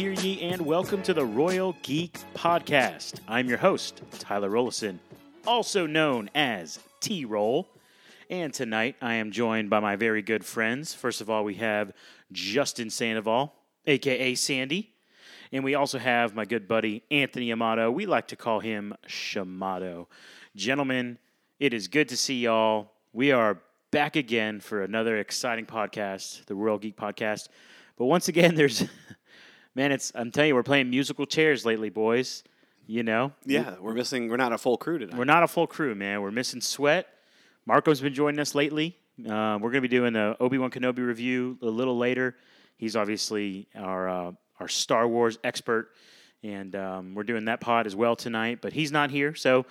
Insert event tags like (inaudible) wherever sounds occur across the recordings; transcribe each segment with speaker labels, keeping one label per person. Speaker 1: and welcome to the Royal Geek Podcast. I'm your host, Tyler Rollison, also known as T Roll. And tonight I am joined by my very good friends. First of all, we have Justin Sandoval, aka Sandy. And we also have my good buddy Anthony Amato. We like to call him Shamato. Gentlemen, it is good to see y'all. We are back again for another exciting podcast, the Royal Geek Podcast. But once again, there's (laughs) man, it's I'm telling you, we're playing musical chairs lately, boys. You know,
Speaker 2: Yeah, we're missing. We're not a full crew tonight.
Speaker 1: we're not a full crew, man. We're missing Sweat. Marco's been joining us lately. Uh, we're going to be doing the Obi Wan Kenobi review a little later. He's obviously our uh, our Star Wars expert, and um, we're doing that pod as well tonight. But he's not here, so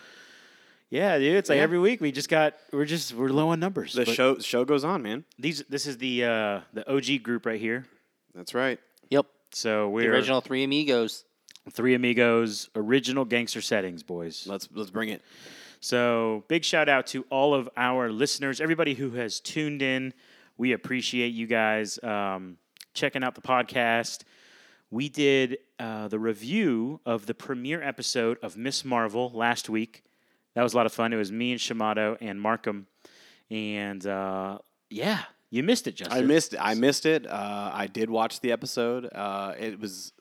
Speaker 1: yeah, dude. It's like every week we just got we're just we're low on numbers.
Speaker 2: the
Speaker 1: But
Speaker 2: show show goes on, man.
Speaker 1: these this is the uh, the OG group right here.
Speaker 2: That's right.
Speaker 3: Yep.
Speaker 1: So
Speaker 3: The
Speaker 1: we're
Speaker 3: original Three Amigos.
Speaker 1: three amigos, original gangster settings, boys.
Speaker 2: Let's let's bring it.
Speaker 1: So, big shout out to all of our listeners, everybody who has tuned in. We appreciate you guys um, checking out the podcast. We did uh, the review of the premiere episode of Miss Marvel last week. That was a lot of fun. It was me and Shamato and Markham. And uh, yeah, you missed it, Justin.
Speaker 2: I missed it. I missed it. Uh, I did watch the episode. Uh, it was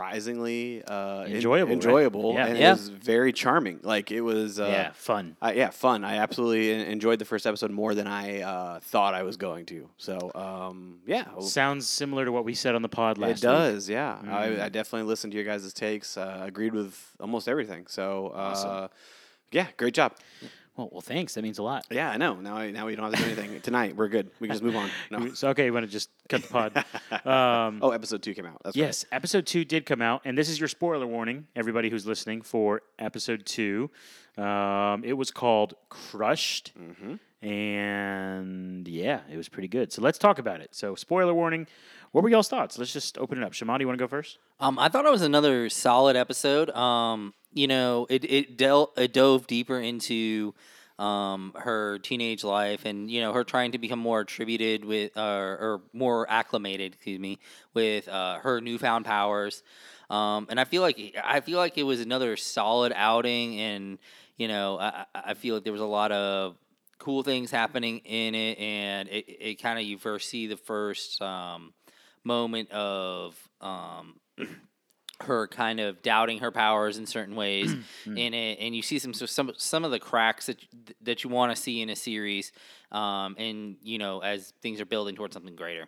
Speaker 2: surprisingly uh, en-
Speaker 1: Enjoyable, right?
Speaker 2: enjoyable,
Speaker 1: Yeah.
Speaker 2: and
Speaker 3: Yeah.
Speaker 2: it was very charming. Like it was. Uh,
Speaker 1: yeah, fun.
Speaker 2: I- yeah, fun. I absolutely en- enjoyed the first episode more than I uh, thought I was going to. So, um, yeah,
Speaker 1: Sounds similar to what we said on the pod last
Speaker 2: it
Speaker 1: week. Mm-hmm.
Speaker 2: does. Yeah, I, I definitely listened to your guys' takes. Uh, agreed with almost everything. So, uh, yeah, great job.
Speaker 1: Well, well, thanks. That means a lot.
Speaker 2: Yeah, I know. Now, I, now we don't have to
Speaker 1: (laughs)
Speaker 2: do anything tonight. We're good. We can just move on. No.
Speaker 1: So, okay, you want to just cut the
Speaker 2: (laughs)
Speaker 1: pod? Um,
Speaker 2: Oh, episode two came out. That's
Speaker 1: Yes, episode two did come out, and this is your spoiler warning, everybody who's listening for episode two. Um, it was called Crushed,
Speaker 2: Mm-hmm.
Speaker 1: and yeah, it was pretty good. So let's talk about it. So spoiler warning, what were y'all's thoughts? Let's just open it up. Shama, do you want to go first?
Speaker 3: Um, I thought it was another solid episode. Um, you know, it it dealt it dove deeper into um, her teenage life and you know her trying to become more attributed with uh, or more acclimated, excuse me, with uh, her newfound powers. Um, and I feel like I feel like it was another solid outing, and you know, I, I I feel like there was a lot of cool things happening in it, and it, it kind of you first see the first um, moment of um, her kind of doubting her powers in certain ways
Speaker 1: Mm,
Speaker 3: in it, and you see some so some some of the cracks that you- that you want to see in a series, um, and you know as things are building towards something greater.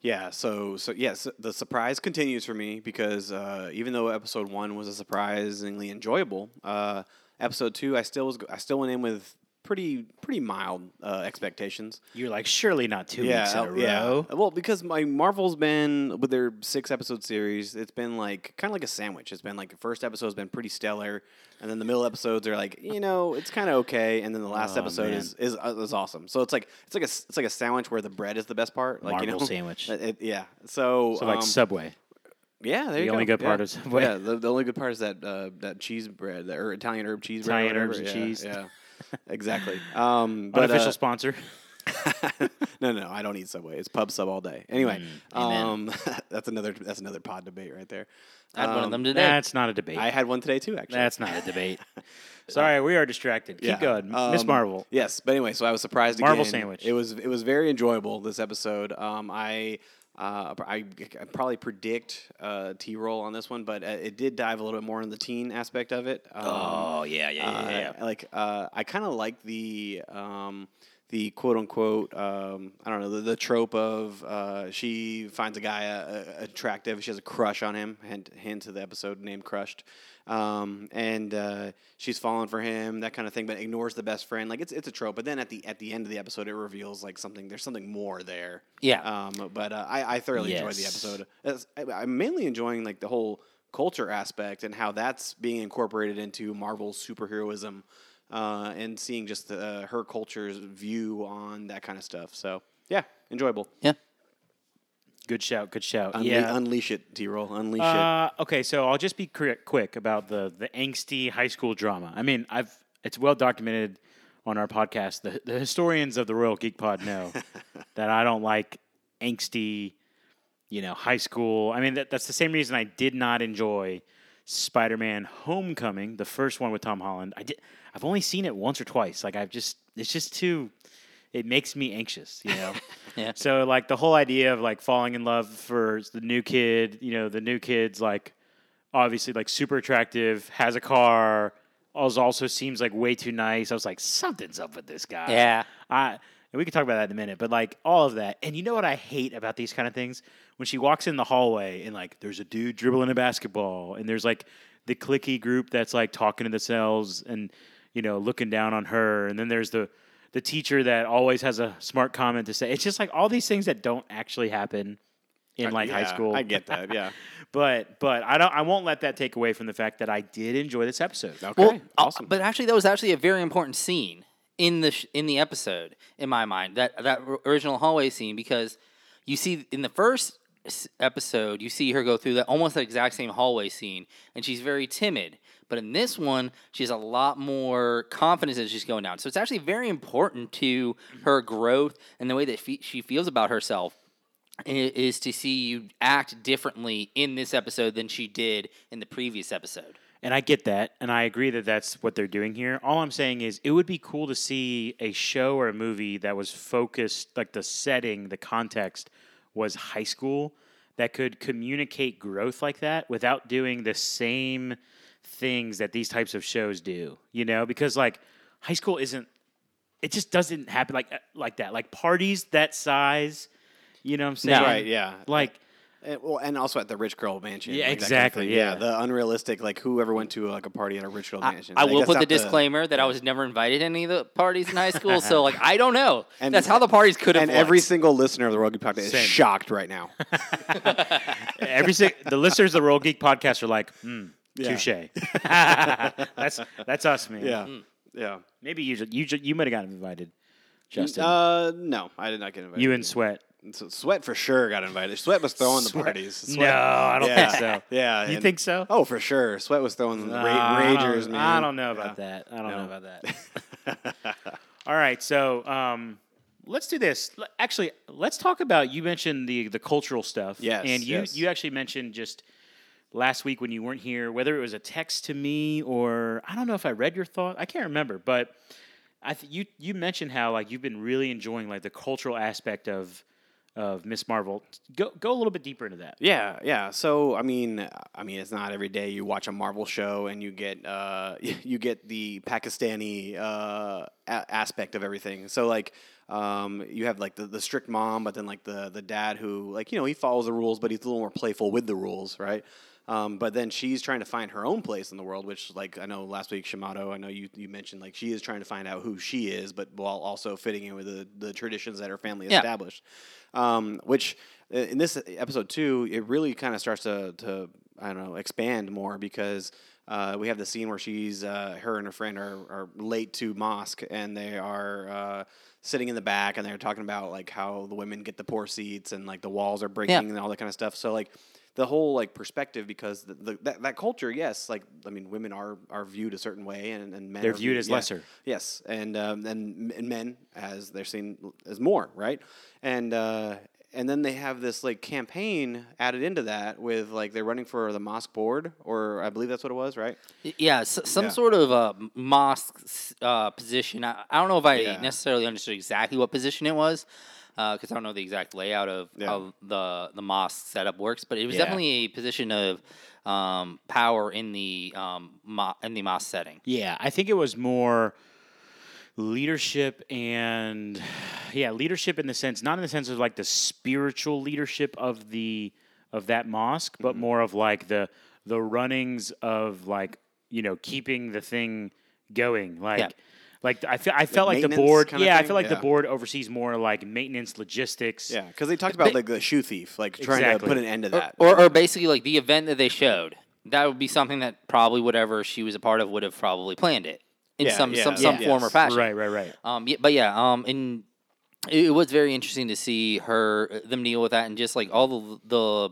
Speaker 2: Yeah. So, so yes, the surprise continues for me because uh, even though episode one was a surprisingly enjoyable, uh, episode two, I still was, I still went in with pretty, pretty mild uh, expectations.
Speaker 1: You're like, surely not two weeks in
Speaker 2: uh,
Speaker 1: a row.
Speaker 2: Well, because my Marvel's been with their six episode series, it's been like kind of like a sandwich. It's been like the first episode's been pretty stellar, and then the middle episodes are like you know it's kind of okay, and then the last
Speaker 1: Oh,
Speaker 2: episode
Speaker 1: man.
Speaker 2: is is, uh, is awesome. So it's like it's like a s- it's like a sandwich where the bread is the best part. Like you
Speaker 1: Marvel
Speaker 2: know?
Speaker 1: sandwich.
Speaker 2: (laughs) It- it- yeah. So,
Speaker 1: So like
Speaker 2: um,
Speaker 1: Subway.
Speaker 2: yeah, there
Speaker 1: the
Speaker 2: you
Speaker 1: only
Speaker 2: go.
Speaker 1: good
Speaker 2: yeah.
Speaker 1: part is- (laughs)
Speaker 2: yeah. The, the only good part is that uh, that cheese bread that, or Italian herb cheese bread. or
Speaker 1: Italian herbs
Speaker 2: whatever.
Speaker 1: and
Speaker 2: Yeah,
Speaker 1: cheese. (laughs)
Speaker 2: Yeah. Exactly. Um, but,
Speaker 1: Unofficial
Speaker 2: uh,
Speaker 1: sponsor.
Speaker 2: (laughs) no, no, I don't eat Subway. It's pub sub all day. Anyway,
Speaker 1: Mm,
Speaker 2: um, (laughs) that's another that's another pod debate right there.
Speaker 3: I had one of
Speaker 2: Um,
Speaker 3: them today.
Speaker 1: That's not a debate.
Speaker 2: I had one today too,
Speaker 1: (laughs)
Speaker 2: actually.
Speaker 1: That's not a debate.
Speaker 2: (laughs)
Speaker 1: Sorry, we are distracted. Keep
Speaker 2: Yeah.
Speaker 1: going. Miss
Speaker 2: Um,
Speaker 1: Marvel.
Speaker 2: Yes, but anyway, so I was surprised.
Speaker 1: Marvel
Speaker 2: again.
Speaker 1: sandwich.
Speaker 2: It was it was very enjoyable this episode. Um, I. Uh, I, I probably predict uh, T roll on this one, but uh, it did dive a little bit more on the teen aspect of it. Um,
Speaker 1: Oh, yeah,
Speaker 2: uh, Like uh, I kind of like the um, the quote unquote um, I don't know the, the trope of uh, she finds a guy uh, uh, attractive, she has a crush on him. Hint, hint to the episode named "Crushed," um, and uh, she's falling for him, that kind of thing. But ignores the best friend. Like it's it's a trope. But then at the at the end of the episode, it reveals like something. There's something more there.
Speaker 3: Yeah.
Speaker 2: Um, but uh, I, I thoroughly enjoyed the
Speaker 1: Yes.
Speaker 2: episode. That's- I, I'm mainly enjoying like the whole culture aspect and how that's being incorporated into Marvel's superheroism, uh, and seeing just uh, her culture's view on that kind of stuff. So yeah, enjoyable.
Speaker 3: yeah.
Speaker 1: Good shout. Good shout.
Speaker 2: Unle-
Speaker 1: yeah.
Speaker 2: unleash it, T roll. Unleash it.
Speaker 1: Uh, okay, so I'll just be cri- quick about the the angsty high school drama. I mean, I've it's well documented on our podcast. The, the historians of the Royal Geek Pod know that I don't like angsty, you know, high school. I mean, that, that's the same reason I did not enjoy Spider-Man: Homecoming, the first one with Tom Holland. I did. I've only seen it once or twice. Like I've just, it's just too. It makes me anxious, you know.
Speaker 3: (laughs) Yeah.
Speaker 1: So like the whole idea of like falling in love for the new kid, you know, the new kid's like obviously like super attractive, has a car, als- also seems like way too nice. I was like, something's up with this guy.
Speaker 3: Yeah.
Speaker 1: I and we can talk about that in a minute, but like all of that. And you know what I hate about these kind of things? When she walks in the hallway and like there's a dude dribbling a basketball and there's like the clicky group that's like talking to themselves and you know looking down on her and then there's the the teacher that always has a smart comment to say. It's just like all these things that don't actually happen in like high
Speaker 2: Yeah,
Speaker 1: school.
Speaker 2: I get that.
Speaker 1: (laughs)
Speaker 2: Yeah.
Speaker 1: But but I don't I won't let that take away from the fact that I did enjoy this episode.
Speaker 2: Okay.
Speaker 3: Well, uh,
Speaker 2: awesome.
Speaker 3: but actually, that was actually a very important scene in the sh- in the episode, in my mind. That that r- original hallway scene because you see in the first s- episode, you see her go through that almost the exact same hallway scene, and she's very timid. But in this one, she has a lot more confidence as she's going down. So it's actually very important to her growth and the way that fe- she feels about herself i- is to see you act differently in this episode than she did in the previous episode.
Speaker 1: And I get that, and I agree that that's what they're doing here. All I'm saying is it would be cool to see a show or a movie that was focused, like the setting, the context was high school, that could communicate growth like that without doing the same things that these types of shows do, you know? Because, like, high school isn't, it just doesn't happen like uh, like that. Like, parties that size, you know what I'm saying?
Speaker 2: right. Yeah.
Speaker 1: Like,
Speaker 2: And, well, and also at the rich girl mansion.
Speaker 1: Yeah,
Speaker 2: like that kind of
Speaker 1: exactly,
Speaker 2: thing.
Speaker 1: yeah.
Speaker 2: The unrealistic, like whoever went to uh, like a party at a rich girl mansion.
Speaker 3: I
Speaker 2: Like,
Speaker 3: will
Speaker 2: that's
Speaker 3: put the
Speaker 2: not
Speaker 3: disclaimer that I was never invited to any of the parties in high school, so
Speaker 2: (laughs)
Speaker 3: like I don't know.
Speaker 2: And-
Speaker 3: That's how the parties could have.
Speaker 2: And every
Speaker 3: looked.
Speaker 2: single listener of the Rogue Podcast is
Speaker 1: Same.
Speaker 2: shocked
Speaker 1: (laughs)
Speaker 2: right now.
Speaker 1: Every si- the listeners of the Roll Geek podcast are like, hmm,
Speaker 2: Yeah. (laughs)
Speaker 1: touche. that's that's us, man.
Speaker 2: yeah. Yeah.
Speaker 1: Maybe you ju- you ju- you might have gotten invited, Justin.
Speaker 2: Uh, no, I did not get invited.
Speaker 1: you and Sweat.
Speaker 2: So Sweat for sure got invited. Sweat was throwing
Speaker 1: Sweat.
Speaker 2: the parties. Sweat.
Speaker 1: No, I don't
Speaker 2: yeah.
Speaker 1: think so.
Speaker 2: Yeah.
Speaker 1: You
Speaker 2: and-
Speaker 1: think so? Uh,
Speaker 2: Oh, for sure. Sweat was throwing the ra-
Speaker 1: I don't-
Speaker 2: ragers, man.
Speaker 1: I don't know about that. I don't know about that.
Speaker 2: (laughs)
Speaker 1: All right, so um, let's do this. L- Actually, let's talk about. You mentioned the the cultural stuff.
Speaker 2: Yes,
Speaker 1: and you
Speaker 2: yes.
Speaker 1: you actually mentioned just last week when you weren't here, whether it was a text to me or I don't know if I read your thought. I can't remember, but I th- you you mentioned how like you've been really enjoying like the cultural aspect of of Miss Marvel. Go go a little bit deeper into that.
Speaker 2: Yeah, yeah. So I mean, I mean, it's not every day you watch a Marvel show and you get uh, (laughs) you get the Pakistani uh, a- aspect of everything. So like, um, you have like the, the strict mom, but then like the the dad who like you know he follows the rules, but he's a little more playful with the rules, right? Um, but then she's trying to find her own place in the world, which like I know last week Shimato, I know you, you mentioned like she is trying to find out who she is, but while also fitting in with the, the traditions that her family
Speaker 3: Yeah.
Speaker 2: established. Um, which uh, in this episode two, it really kind of starts to, to I don't know expand more because uh, we have the scene where she's uh, her and her friend are, are late to mosque and they are. Uh, Sitting in the back, and they're talking about like how the women get the poor seats, and like the walls are breaking, and all that kind of stuff. So like, the whole like perspective because the, the that, that culture yes like i mean women are are viewed a certain way and, and men
Speaker 1: They're
Speaker 2: are
Speaker 1: viewed as
Speaker 2: yeah.
Speaker 1: lesser.
Speaker 2: yes and um, and, and men as they're seen as more right and uh and then they have this like campaign added into that with like they're running for the mosque board or i believe that's what it was right
Speaker 3: yeah, s some
Speaker 2: Yeah.
Speaker 3: sort of uh, m- mosque s- uh, position. I, I don't know if I
Speaker 2: Yeah.
Speaker 3: necessarily understood exactly what position it was because I don't know the exact layout of
Speaker 2: Yeah.
Speaker 3: how the the mosque setup works, but it was
Speaker 1: Yeah.
Speaker 3: definitely a position of um, power in the um, mo- in the mosque setting.
Speaker 1: Yeah, I think it was more leadership and yeah, leadership in the sense not in the sense of like the spiritual leadership of the of that mosque,
Speaker 2: Mm-hmm.
Speaker 1: but more of like the the runnings of like, you know, keeping the thing going. Like
Speaker 3: Yeah.
Speaker 1: like I, fe- I felt like the
Speaker 2: maintenance
Speaker 1: board
Speaker 2: kinda
Speaker 1: yeah, I
Speaker 2: thing?
Speaker 1: feel like the
Speaker 2: Yeah.
Speaker 1: board oversees more like maintenance logistics.
Speaker 2: yeah because they talked about like the shoe thief like trying to
Speaker 1: Exactly.
Speaker 2: put an end to that
Speaker 3: Or, or basically, like the event that they showed, that would be something that probably whatever she was a part of would have probably planned it in
Speaker 2: Yeah,
Speaker 3: some
Speaker 2: yeah,
Speaker 3: some, some
Speaker 2: yeah.
Speaker 3: form or
Speaker 2: Yes.
Speaker 3: fashion.
Speaker 1: Right, right, right.
Speaker 3: Um, yeah, but yeah, um, and it, it was very interesting to see her them deal with that and just like all the the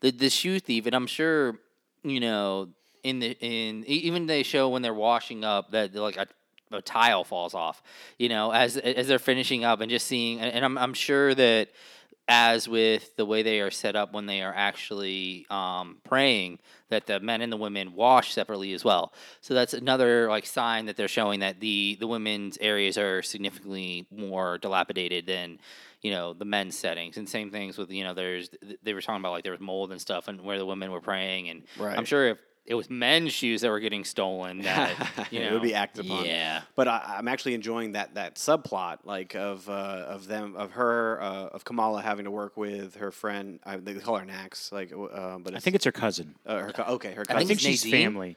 Speaker 3: the, the shoe thief, and I'm sure you know in the in e- even they show when they're washing up that like a, a tile falls off, you know, as as they're finishing up and just seeing, and, and I'm I'm sure that as with the way they are set up when they are actually um, praying that the men and the women wash separately as well so that's another like sign that they're showing that the the women's areas are significantly more dilapidated than you know the men's settings and same things with you know there's they were talking about like there was mold and stuff and where the women were praying and
Speaker 2: Right.
Speaker 3: i'm sure if it was men's shoes that were getting stolen
Speaker 2: (laughs)
Speaker 3: that you know
Speaker 2: it would be acted upon.
Speaker 3: yeah
Speaker 2: But I, I'm actually enjoying that that subplot, like of uh, of them, of her, uh, of Kamala having to work with her friend. I, they call her Nax, like, w- uh, but
Speaker 1: I
Speaker 2: it's,
Speaker 1: think it's her cousin.
Speaker 2: uh, her, co- okay, her
Speaker 3: I
Speaker 1: I,
Speaker 2: cousin.
Speaker 1: think
Speaker 3: it's
Speaker 1: she's
Speaker 3: Nadine?
Speaker 1: family.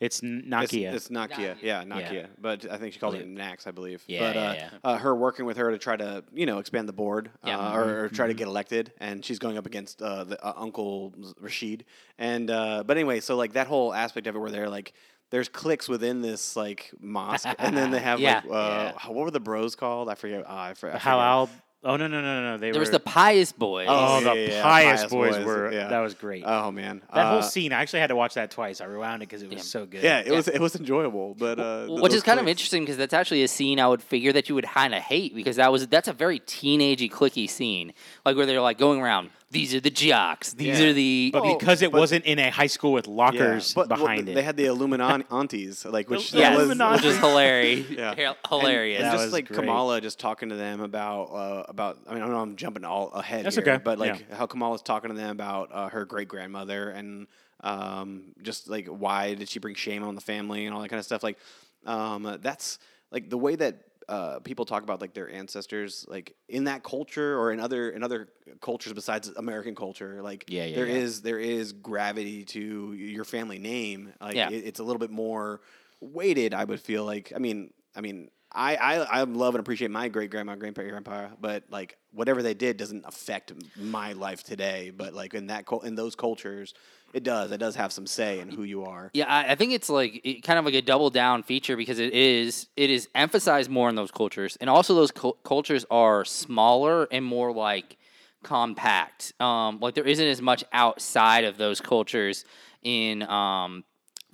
Speaker 1: It's N-
Speaker 2: It's,
Speaker 1: Nakia.
Speaker 2: it's Nakia.
Speaker 3: Nakia.
Speaker 2: yeah,
Speaker 3: Yeah.
Speaker 2: Nakia. But I think she calls it Nax, I believe.
Speaker 3: Yeah,
Speaker 2: but,
Speaker 3: yeah,
Speaker 2: uh,
Speaker 3: yeah.
Speaker 2: Uh, her working with her to try to you know expand the board,
Speaker 3: Yeah. Mm-hmm.
Speaker 2: uh, or, or try to get elected, and she's going up against uh, the, uh, Uncle Rashid. And uh, but anyway, so like that whole aspect of it, where they're like. There's cliques within this like mosque,
Speaker 3: (laughs)
Speaker 2: and then they have
Speaker 3: Yeah.
Speaker 2: like uh, what were the bros called? I forget. Ah, I, for, I
Speaker 1: The
Speaker 2: forget.
Speaker 1: Halal. Oh no no no no no. They
Speaker 3: there
Speaker 1: were
Speaker 3: was the pious boys
Speaker 1: oh
Speaker 2: Yeah,
Speaker 1: the
Speaker 2: yeah, yeah,
Speaker 1: pious,
Speaker 2: pious
Speaker 1: boys,
Speaker 2: boys,
Speaker 1: were
Speaker 2: yeah.
Speaker 1: that was great.
Speaker 2: Oh man,
Speaker 1: that whole
Speaker 2: Uh,
Speaker 1: scene I actually had to watch that twice. I rewound it because it was
Speaker 3: Yeah.
Speaker 1: so good.
Speaker 2: Yeah, it
Speaker 3: Yeah.
Speaker 2: was it was enjoyable, but uh, th-
Speaker 3: Which
Speaker 2: those
Speaker 3: is kind of
Speaker 2: cliques-
Speaker 3: interesting because that's actually a scene I would figure that you would kind of hate because that was that's a very teenagey, clicky scene, like where they're like going around. These are the jocks. These
Speaker 2: Yeah.
Speaker 3: are the.
Speaker 2: Oh,
Speaker 1: But because it wasn't in a high school with
Speaker 2: Yeah,
Speaker 1: lockers
Speaker 2: but well,
Speaker 1: behind
Speaker 2: They
Speaker 1: it.
Speaker 2: had the Illuminati aunties, like which
Speaker 1: The
Speaker 2: that
Speaker 3: yes,
Speaker 2: was,
Speaker 1: Illuminati.
Speaker 3: which is hilarious.
Speaker 2: (laughs) Yeah.
Speaker 3: Hil-
Speaker 2: And-
Speaker 3: hilarious.
Speaker 2: And,
Speaker 1: That
Speaker 2: just
Speaker 1: was
Speaker 2: like
Speaker 1: great.
Speaker 2: Kamala just talking to them about uh, about. I mean, I know I'm jumping all ahead.
Speaker 1: That's
Speaker 2: here,
Speaker 1: okay.
Speaker 2: But like how Kamala's talking to them about uh, her great grandmother and um, just like why did she bring shame on the family and all that kind of stuff. Like um, that's like the way that. Uh, people talk about like their ancestors, like in that culture or in other in other cultures besides American culture. Like,
Speaker 3: Yeah, yeah,
Speaker 2: there
Speaker 3: yeah.
Speaker 2: is- there is gravity to your family name. Like,
Speaker 3: Yeah.
Speaker 2: it- it's a little bit more weighted. I would feel like. I mean, I mean, I I, I love and appreciate my great grandma, grandpa, grandpa, but like whatever they did doesn't affect my life today. But like in that cul- in those cultures, it does. It does have some say in who you are.
Speaker 3: Yeah, I, I think it's like it, kind of like a double down feature because it is it is emphasized more in those cultures, and also those cul cultures are smaller and more like compact. Um, like there isn't as much outside of those cultures in um,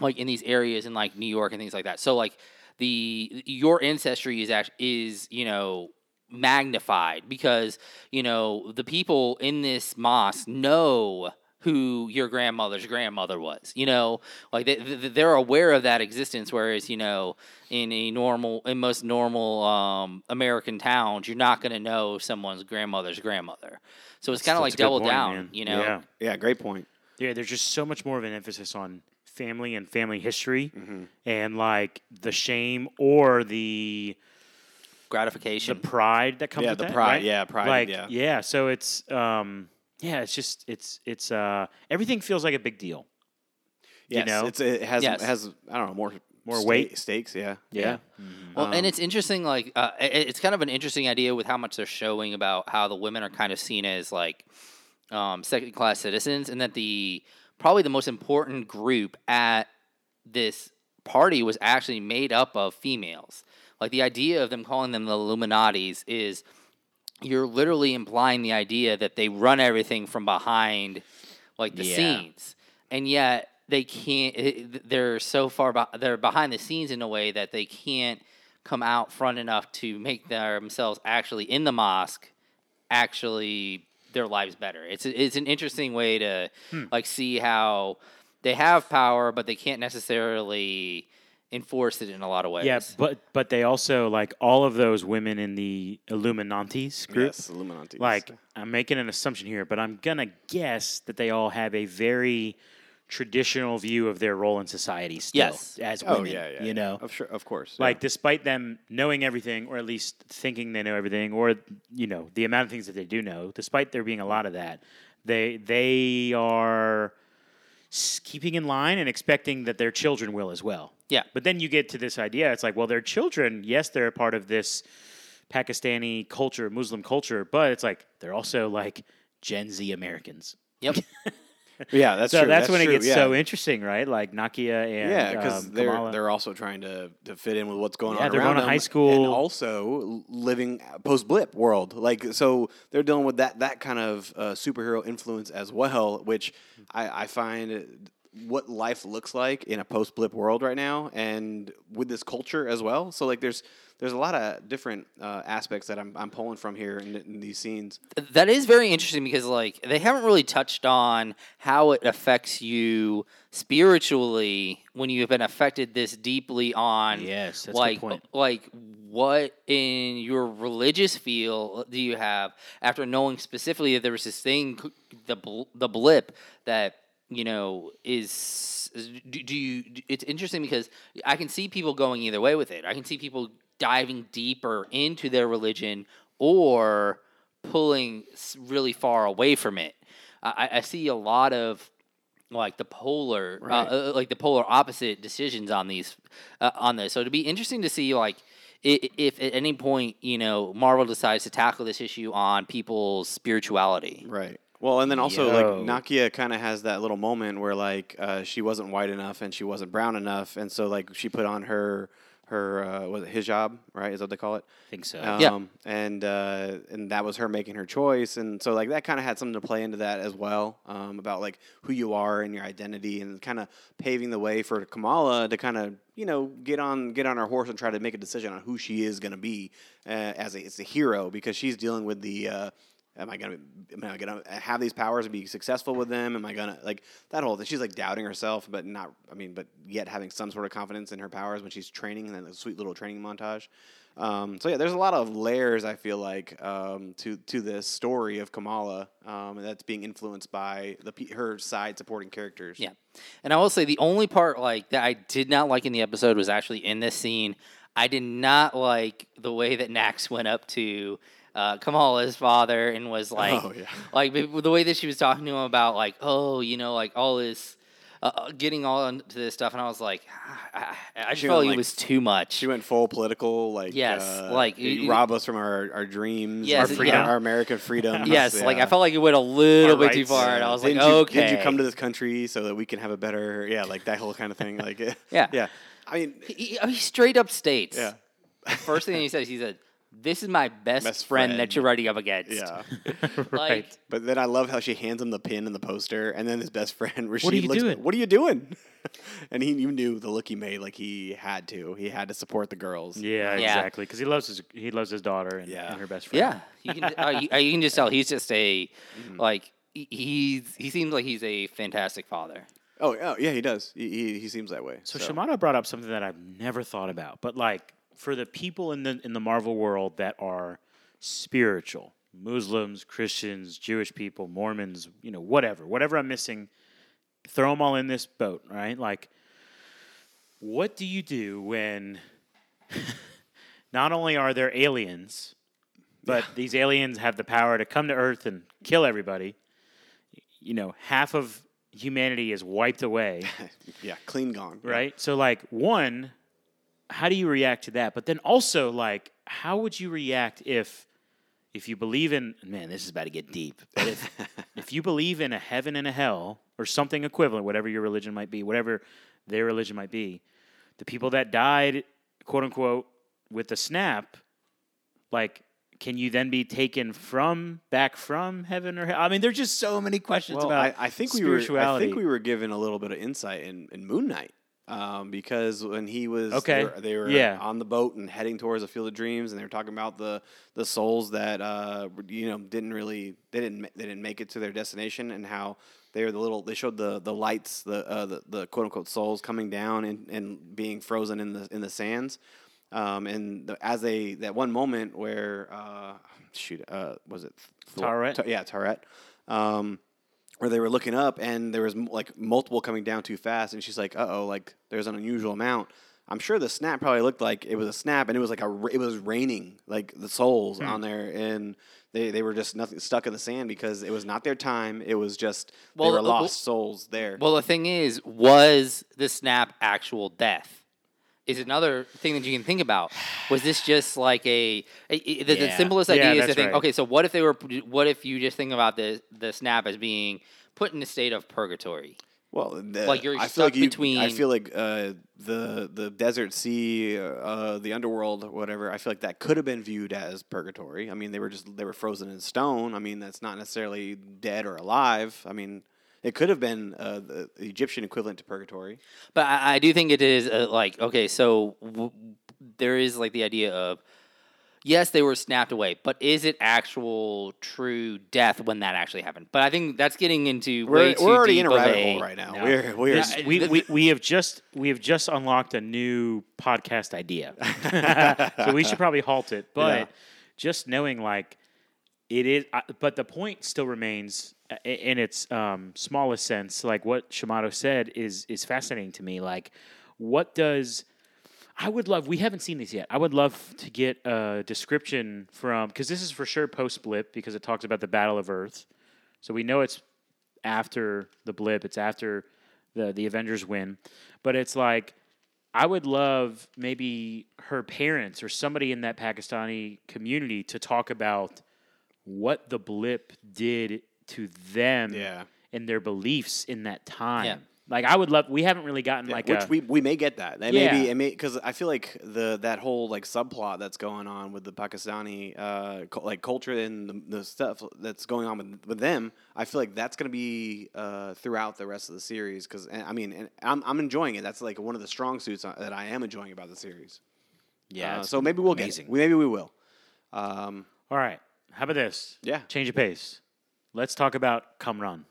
Speaker 3: like in these areas in like New York and things like that. So like the your ancestry is actually is you know magnified because you know the people in this mosque know who your grandmother's grandmother was you know like they, they- they're aware of that existence whereas you know in a normal in most normal um, american towns you're not going to know someone's grandmother's grandmother so it's kind of like
Speaker 1: That's a good
Speaker 3: double
Speaker 1: point,
Speaker 3: down
Speaker 1: man.
Speaker 3: you know
Speaker 1: Yeah.
Speaker 2: Yeah, great point.
Speaker 1: Yeah, there's just so much more of an emphasis on family and family history
Speaker 2: Mhm.
Speaker 1: and like the shame or the the
Speaker 3: gratification
Speaker 1: pride that comes
Speaker 2: yeah,
Speaker 1: with
Speaker 2: the
Speaker 1: that,
Speaker 2: pride.
Speaker 1: right?
Speaker 2: Yeah, pride.
Speaker 1: like
Speaker 2: yeah.
Speaker 1: so it's um yeah, it's just it's it's uh everything feels like a big deal.
Speaker 2: Yes,
Speaker 1: know?
Speaker 2: it's, it has
Speaker 3: Yes.
Speaker 2: it has I don't know more
Speaker 1: More
Speaker 2: sta-
Speaker 1: weight.
Speaker 2: stakes. Yeah,
Speaker 3: Yeah.
Speaker 1: Mm-hmm.
Speaker 3: Well,
Speaker 2: Um,
Speaker 3: and it's interesting. Like, uh, i- i- it's kind of an interesting idea with how much they're showing about how the women are kind of seen as like um, second class citizens, and that the probably the most important group at this party was actually made up of females. Like the idea of them calling them the Illuminati's is you're literally implying the idea that they run everything from behind, like the
Speaker 1: Yeah.
Speaker 3: scenes, and yet they can't. it- They're so far. Be, they're behind the scenes in a way that they can't come out front enough to make themselves actually in the mosque actually their lives better. It's it's an interesting way to
Speaker 1: Hmm.
Speaker 3: like see how they have power, but they can't necessarily enforce it in a lot of ways.
Speaker 1: Yeah, but but they also like all of those women in the Illuminati's group.
Speaker 2: yes, Illuminati.
Speaker 1: Like I'm making an assumption here, but I'm gonna guess that they all have a very traditional view of their role in society still
Speaker 3: Yes.
Speaker 1: as
Speaker 2: oh
Speaker 1: women.
Speaker 2: yeah, yeah, yeah.
Speaker 1: you know.
Speaker 2: of sure, of course, yeah.
Speaker 1: Like, despite them knowing everything, or at least thinking they know everything, or you know the amount of things that they do know, despite there being a lot of that, they they are s- keeping in line and expecting that their children will as well.
Speaker 3: Yeah.
Speaker 1: But then you get to this idea. It's like, well, their children, yes, they're a part of this Pakistani culture, Muslim culture, but it's like they're also like Gen Z Americans.
Speaker 3: Yep. (laughs)
Speaker 2: Yeah, that's
Speaker 1: So
Speaker 2: true.
Speaker 1: that's, when
Speaker 2: true,
Speaker 1: it gets
Speaker 2: yeah.
Speaker 1: so interesting, right? Like Nakia and
Speaker 2: yeah, because
Speaker 1: um,
Speaker 2: they're
Speaker 1: Kamala.
Speaker 2: they're also trying to, to fit in with what's going
Speaker 1: Yeah,
Speaker 2: on.
Speaker 1: they're going
Speaker 2: around
Speaker 1: to
Speaker 2: them
Speaker 1: high
Speaker 2: and
Speaker 1: school.
Speaker 2: also living post blip world. Like so, they're dealing with that that kind of uh, superhero influence as well, which I, I find what life looks like in a post blip world right now and with this culture as well. So like there's there's a lot of different uh, aspects that I'm, I'm pulling from here in, in these scenes.
Speaker 3: That is very interesting because like they haven't really touched on how it affects you spiritually when you've been affected this deeply on
Speaker 1: Yes, that's a good
Speaker 3: like
Speaker 1: point.
Speaker 3: like what in your religious field do you have after knowing specifically that there was this thing c- the bl- the blip that you know is is- do, do you d- it's interesting because I can see people going either way with it. I can see people diving deeper into their religion or pulling s- really far away from it. I, I- I see a lot of like the polar uh, uh, like the polar opposite decisions on these uh, on this so it'd be interesting to see like i- i- if at any point you know marvel decides to tackle this issue on people's spirituality
Speaker 2: Right. Well, and then also
Speaker 1: Yo.
Speaker 2: like Nakia kind of has that little moment where like uh, she wasn't white enough and she wasn't brown enough, and so like she put on her her uh, was it hijab, right? Is that what they call it?
Speaker 1: I think so.
Speaker 2: Um,
Speaker 3: Yeah.
Speaker 2: And uh, and that was her making her choice, and so like that kind of had something to play into that as well um, about like who you are and your identity, and kind of paving the way for Kamala to kind of you know get on get on her horse and try to make a decision on who she is going to be uh, as a, as a hero because she's dealing with the. Uh, Am I gonna? Am I gonna have these powers and be successful with them? Am I gonna like that whole thing? She's like doubting herself, but not. I mean, but yet having some sort of confidence in her powers when she's training and then the sweet little training montage. Um, so yeah, there's a lot of layers I feel like um, to to this story of Kamala, um, and that's being influenced by the pe- her side supporting characters.
Speaker 3: Yeah, and I will say the only part like that I did not like in the episode was actually in this scene. I did not like the way that Nax went up to uh, Kamala's father and was like,
Speaker 2: (laughs) Oh, yeah.
Speaker 3: like the the way that she was talking to him about like, oh, you know, like all this. Uh, uh, getting all into this stuff, and I was like, I, I I just
Speaker 2: She
Speaker 3: felt
Speaker 2: went,
Speaker 3: like
Speaker 2: like-
Speaker 3: it was too much.
Speaker 2: She went full political, like
Speaker 3: Yes,
Speaker 2: uh,
Speaker 3: like,
Speaker 2: you
Speaker 3: you-
Speaker 2: rob us from our, our dreams,
Speaker 3: Yes,
Speaker 2: our,
Speaker 1: yeah.
Speaker 2: our, American freedom.
Speaker 3: yes, like I felt like it went a little
Speaker 1: Our
Speaker 3: bit too
Speaker 1: rights,
Speaker 3: far, and I was
Speaker 2: did
Speaker 3: like, okay,
Speaker 2: you, did you come to this country so that we can have a better, yeah, like that whole kind of thing, like (laughs)
Speaker 3: Yeah.
Speaker 2: yeah. I mean,
Speaker 3: He, oh, he- he straight up states,
Speaker 2: yeah,
Speaker 3: (laughs) First thing he says, he said, "This is my best,
Speaker 2: Best
Speaker 3: friend,
Speaker 2: friend.
Speaker 3: that you're running up against."
Speaker 2: yeah.
Speaker 3: like
Speaker 1: (laughs) Right.
Speaker 2: But then I love how she hands him the pin and the poster, and then his best (laughs) friend Rashid
Speaker 1: are you
Speaker 2: looks.
Speaker 1: doing?
Speaker 2: What are you doing? (laughs) and he, you knew the look he made. Like he had to. He had to support the girls.
Speaker 1: Yeah,
Speaker 3: Yeah.
Speaker 1: exactly. Because he loves his he loves his daughter and,
Speaker 2: Yeah.
Speaker 1: and her best
Speaker 3: yeah,
Speaker 1: friend.
Speaker 3: you can, uh, you, uh, you can just tell he's just
Speaker 2: (laughs)
Speaker 3: a
Speaker 2: Mm-hmm.
Speaker 3: like he- he's he seems like he's a fantastic father.
Speaker 2: Oh, oh yeah, he does. He, he, he seems that way.
Speaker 1: So, Shimano brought up something that I've never thought about, but like for the people in the in the Marvel world that are spiritual, Muslims, Christians, Jewish people, Mormons, you know, whatever, whatever I'm missing, throw them all in this boat, right? Like, what do you do when (laughs) not only are there aliens, but these aliens have the power to come to Earth and kill everybody? You know, half of humanity is wiped away
Speaker 2: (laughs) yeah, clean gone.
Speaker 1: right? So like one, how do you react to that? But then also like how would you react if if you believe in man, this is about to get deep. But if
Speaker 2: (laughs)
Speaker 1: if you believe in a heaven and a hell or something equivalent, whatever your religion might be, whatever their religion might be, the people that died, quote unquote, with the snap, like can you then be taken from back from heaven or hell? I mean, there's just so many questions
Speaker 2: Well,
Speaker 1: about
Speaker 2: I, I think we were. I
Speaker 1: spirituality.
Speaker 2: think we were given a little bit of insight in, in Moon Knight. Um, because when he was
Speaker 1: Okay.
Speaker 2: they were, they were
Speaker 1: Yeah.
Speaker 2: on the boat and heading towards the Field of Dreams, and they were talking about the the souls that uh, you know didn't really they didn't ma- they didn't make it to their destination, and how they were the little they showed the the lights the uh, the, the quote unquote souls coming down and, and being frozen in the in the sands. Um, and the, as they that one moment where uh, shoot uh, was it Thor-
Speaker 1: Tourette?
Speaker 2: Ta- yeah Tourette. Um, where they were looking up and there was m- like multiple coming down too fast and she's like uh-oh like there's an unusual amount i'm sure the snap probably looked like it was a snap and it was like a ra- it was raining like the souls
Speaker 3: Hmm.
Speaker 2: on there and they, they were just nothing stuck in the sand because it was not their time it was just
Speaker 3: Well,
Speaker 2: they
Speaker 3: uh,
Speaker 2: were
Speaker 3: well-
Speaker 2: lost souls there
Speaker 3: Well, the thing is, was the snap actual death? Is another thing that you can think about. Was this just like a, a- a- the, the
Speaker 1: Yeah.
Speaker 3: simplest
Speaker 1: Yeah,
Speaker 3: idea is to
Speaker 1: that's
Speaker 3: think,
Speaker 1: right.
Speaker 3: okay, so what if they were? What if you just think about the the snap as being put in a state of purgatory?
Speaker 2: Well, the,
Speaker 3: Like, you're
Speaker 2: I feel like
Speaker 3: stuck
Speaker 2: you- I
Speaker 3: between-
Speaker 2: feel like uh, the the desert sea, uh, the underworld, whatever. I feel like that could have been viewed as purgatory. I mean, they were just they were frozen in stone. I mean, that's not necessarily dead or alive. I mean, It could have been uh, the the Egyptian equivalent to purgatory.
Speaker 3: But I, I do think it is uh, like okay, so w- there is like the idea of yes, they were snapped away, but is it actual true death when that actually happened? But I think that's getting into way
Speaker 2: We're,
Speaker 3: too
Speaker 2: we're already
Speaker 3: deep
Speaker 2: in a
Speaker 3: of
Speaker 2: rabbit
Speaker 3: a-
Speaker 2: hole right now.
Speaker 3: No.
Speaker 2: We're we're
Speaker 1: Yeah, we, we, we have just we have just unlocked a new podcast idea, so we should probably halt it. But
Speaker 2: Yeah.
Speaker 1: just knowing like it is, I- but the point still remains uh, i- in its um, smallest sense. Like what Shimato said is is fascinating to me. Like what does I would love. We haven't seen these yet. I would love to get a description from because this is for sure post blip because it talks about the Battle of Earth. So we know it's after the blip. It's after the the Avengers win, but it's like I would love maybe her parents or somebody in that Pakistani community to talk about what the blip did to them
Speaker 2: Yeah.
Speaker 1: and their beliefs in that time.
Speaker 3: Yeah.
Speaker 1: Like I would love. We haven't really gotten like
Speaker 2: which
Speaker 1: a,
Speaker 2: we, we may get that. That
Speaker 1: Yeah.
Speaker 2: may be it may because I feel like the that whole like subplot that's going on with the Pakistani uh, cul- like culture and the, the stuff that's going on with, with them. I feel like that's going to be uh, throughout the rest of the series because I mean and I'm I'm enjoying it. That's like one of the strong suits on- that I am enjoying about the series.
Speaker 1: yeah.
Speaker 2: Uh,
Speaker 1: it's
Speaker 2: so maybe we'll
Speaker 1: amazing.
Speaker 2: get it. We- maybe we will. Um, (laughs)
Speaker 1: All right. How about this?
Speaker 2: Yeah.
Speaker 1: Change of pace. Let's talk about Kamran.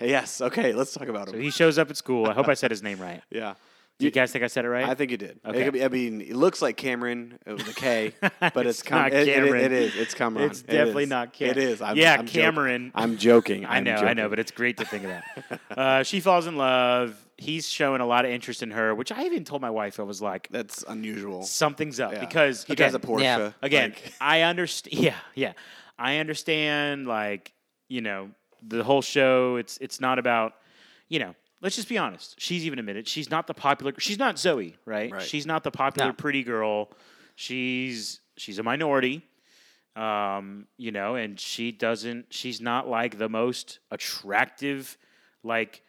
Speaker 2: yes. Okay. Let's talk about
Speaker 1: So
Speaker 2: him.
Speaker 1: he shows up at school. I hope I said his name right.
Speaker 2: yeah.
Speaker 1: Do you guys think I said it right?
Speaker 2: I think you did. It
Speaker 1: Okay.
Speaker 2: could be, I mean, it looks like Cameron uh, with
Speaker 1: (laughs)
Speaker 2: a K, but it's,
Speaker 1: It's
Speaker 2: Cam-
Speaker 1: not
Speaker 2: it- it-
Speaker 1: Cameron.
Speaker 2: it is. It's Cameron.
Speaker 1: It's
Speaker 2: It
Speaker 1: definitely
Speaker 2: is.
Speaker 1: not Cam-
Speaker 2: It is. I'm,
Speaker 1: Yeah,
Speaker 2: I'm joking.
Speaker 1: Cameron.
Speaker 2: I'm joking.
Speaker 1: I
Speaker 2: I'm
Speaker 1: know, I know,
Speaker 2: joking.
Speaker 1: but it's great to think of
Speaker 2: (laughs)
Speaker 1: that. uh, she falls in love. He's showing a lot of interest in her, which I even told my wife I was like,
Speaker 2: that's unusual.
Speaker 1: something's up
Speaker 2: Yeah.
Speaker 1: because
Speaker 2: he
Speaker 1: again,
Speaker 2: drives a Porsche.
Speaker 3: Yeah.
Speaker 1: again
Speaker 2: Like,
Speaker 1: i understand yeah yeah i understand like you know the whole show it's it's not about you know let's just be honest she's even admitted she's not the popular she's not zoe right,
Speaker 2: Right.
Speaker 1: she's not the popular
Speaker 3: No.
Speaker 1: pretty girl she's she's a minority um you know and she doesn't she's not like the most attractive like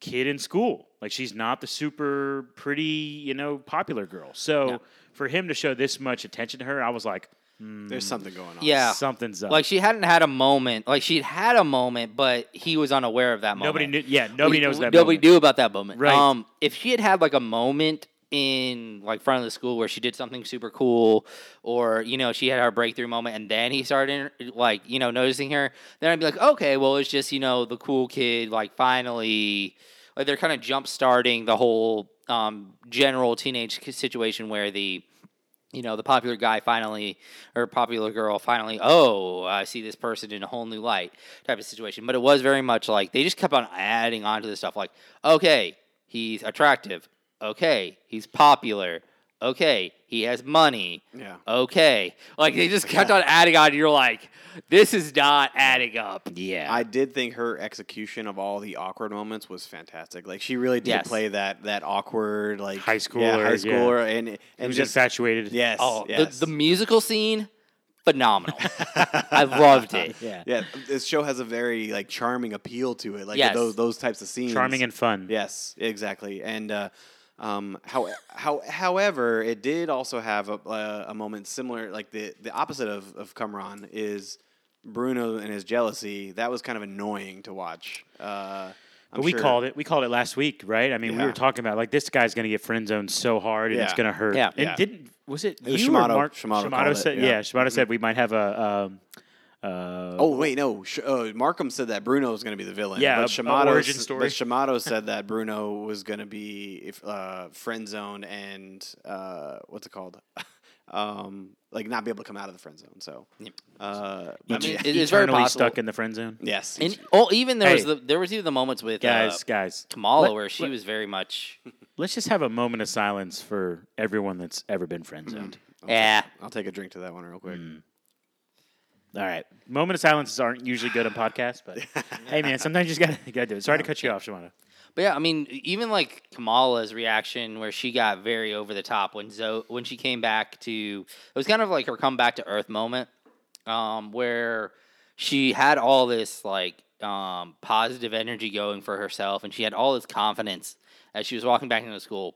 Speaker 1: kid in school. Like she's not the super pretty, you know, popular girl. So
Speaker 3: No.
Speaker 1: for him to show this much attention to her, I was like,
Speaker 2: there's something going on.
Speaker 3: Yeah.
Speaker 1: something's up.
Speaker 3: Like she hadn't had a moment. Like she'd had a moment, but he was unaware of that moment.
Speaker 1: nobody knew. Yeah, nobody
Speaker 3: We-
Speaker 1: knows that.
Speaker 3: Nobody
Speaker 1: moment.
Speaker 3: knew about that moment.
Speaker 1: Right.
Speaker 3: Um, if she had had like a moment in like front of the school where she did something super cool, or you know she had her breakthrough moment, and then he started like you know noticing her, then I'd be like, okay, well it's just you know the cool kid like finally like they're kind of jump starting the whole um, general teenage k- situation where the you know the popular guy finally or popular girl finally oh i see this person in a whole new light type of situation but it was very much like they just kept on adding on to this stuff like okay he's attractive okay he's popular okay he has money
Speaker 2: Yeah.
Speaker 3: okay like they just kept on adding on and you're like this is not adding up
Speaker 1: Yeah,
Speaker 2: I did think her execution of all the awkward moments was fantastic. Like she really did
Speaker 3: Yes.
Speaker 2: play that that awkward like
Speaker 1: High
Speaker 2: yeah,
Speaker 1: schooler,
Speaker 2: high
Speaker 1: yeah.
Speaker 2: schooler, and
Speaker 1: he
Speaker 2: and
Speaker 1: was
Speaker 2: just
Speaker 1: infatuated.
Speaker 2: yes,
Speaker 3: oh
Speaker 2: yes.
Speaker 3: the, the musical scene
Speaker 1: (laughs)
Speaker 3: phenomenal i loved it
Speaker 1: yeah,
Speaker 2: yeah, this show has a very like charming appeal to it, like
Speaker 3: Yes.
Speaker 2: those those types of scenes.
Speaker 1: charming and fun.
Speaker 2: yes, exactly. And uh, um, how how however, it did also have a, uh, a moment similar, like the the opposite of of Kamran is Bruno and his jealousy. That was kind of annoying to watch. Uh,
Speaker 1: But we called it. We called it last week, right? I mean, we
Speaker 2: Yeah.
Speaker 1: were talking about like this guy's going to get friend zoned so hard, and it's
Speaker 2: Yeah.
Speaker 1: going to hurt.
Speaker 3: Yeah.
Speaker 1: and
Speaker 2: Yeah.
Speaker 1: didn't was it,
Speaker 2: was
Speaker 1: you
Speaker 2: Shimano.
Speaker 1: or Mark?
Speaker 2: Shimano called it,
Speaker 1: said,
Speaker 2: yeah. Mm-hmm.
Speaker 1: yeah. Shimano said we might have a. Um, uh,
Speaker 2: Oh wait, no. Sh- uh, Markham said that Bruno was going to be the villain.
Speaker 1: Yeah,
Speaker 2: but
Speaker 1: a- a
Speaker 2: Shimato
Speaker 1: origin
Speaker 2: s-
Speaker 1: story.
Speaker 2: But
Speaker 1: (laughs)
Speaker 2: Shimato said that Bruno was going to be if, uh, friend zoned and uh, what's it called? (laughs) um, like not be able to come out of the friend zone. So, uh, I mean,
Speaker 3: mean,
Speaker 1: e-
Speaker 3: it is very
Speaker 1: eternally
Speaker 3: possible.
Speaker 1: stuck in the friend zone.
Speaker 2: yes,
Speaker 3: and oh even there was
Speaker 1: Hey.
Speaker 3: the, there was even the moments with
Speaker 1: Guys,
Speaker 3: uh,
Speaker 1: guys,
Speaker 3: Kamala,
Speaker 1: Let-
Speaker 3: where she
Speaker 1: let-
Speaker 3: was very
Speaker 1: (laughs)
Speaker 3: much,
Speaker 1: Let's just have a moment of silence for everyone that's ever been friend zoned.
Speaker 2: Mm-hmm.
Speaker 3: eh.
Speaker 2: I'll take a drink to that one real quick.
Speaker 1: Mm. All right. Moment of silences aren't usually good on podcasts,
Speaker 2: (laughs)
Speaker 1: but hey, man, sometimes you just gotta, you gotta do it. Sorry to cut you off, Shimano.
Speaker 3: But yeah, I mean, e, even like Kamala's reaction, where she got very over the top when Zo when she came back to, it was kind of like her come back to earth moment, um, where she had all this like um, positive energy going for herself, and she had all this confidence as she was walking back into school,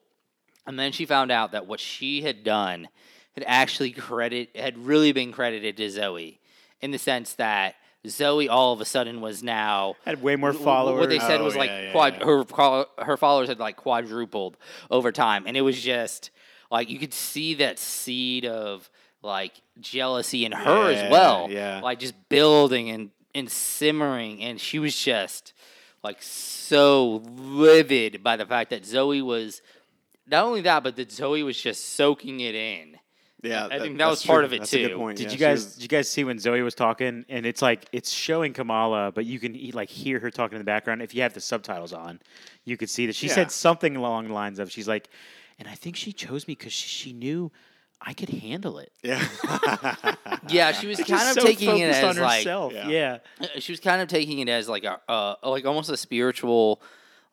Speaker 3: and then she found out that what she had done had actually credit had really been credited to Zoe, in the sense that Zoe all of a sudden was now
Speaker 1: Had way more
Speaker 3: w- w-
Speaker 1: followers.
Speaker 3: What they said
Speaker 2: Oh,
Speaker 3: was like
Speaker 2: yeah, yeah,
Speaker 3: quad
Speaker 2: yeah.
Speaker 3: her col- her followers had like quadrupled over time, and it was just like you could see that seed of like jealousy in her
Speaker 2: Yeah,
Speaker 3: as well,
Speaker 2: yeah.
Speaker 3: like just building and and simmering, and she was just like so livid by the fact that Zoe was not only that, but that Zoe was just soaking it in.
Speaker 2: (laughs) Yeah,
Speaker 3: I think that was part of it,
Speaker 2: That's a good
Speaker 3: too.
Speaker 2: point.
Speaker 1: Did
Speaker 2: Oh, yeah,
Speaker 1: you
Speaker 2: she
Speaker 1: guys
Speaker 2: was-
Speaker 1: did you guys see when Zoe was talking and it's like it's showing Kamala, but you can e- like hear her talking in the background. If you have the subtitles on, you could see that she
Speaker 2: Yeah.
Speaker 1: said something along the lines of she's like, and I think she chose me because she, she knew I could handle it.
Speaker 2: (laughs) yeah.
Speaker 3: Yeah, she
Speaker 2: (laughs)
Speaker 3: was
Speaker 1: She's
Speaker 3: kind of
Speaker 1: so
Speaker 3: taking it
Speaker 1: focused
Speaker 3: as
Speaker 1: on
Speaker 3: like
Speaker 1: herself.
Speaker 2: Yeah.
Speaker 1: yeah.
Speaker 3: Uh, she was kind of taking it as like a uh, like almost a spiritual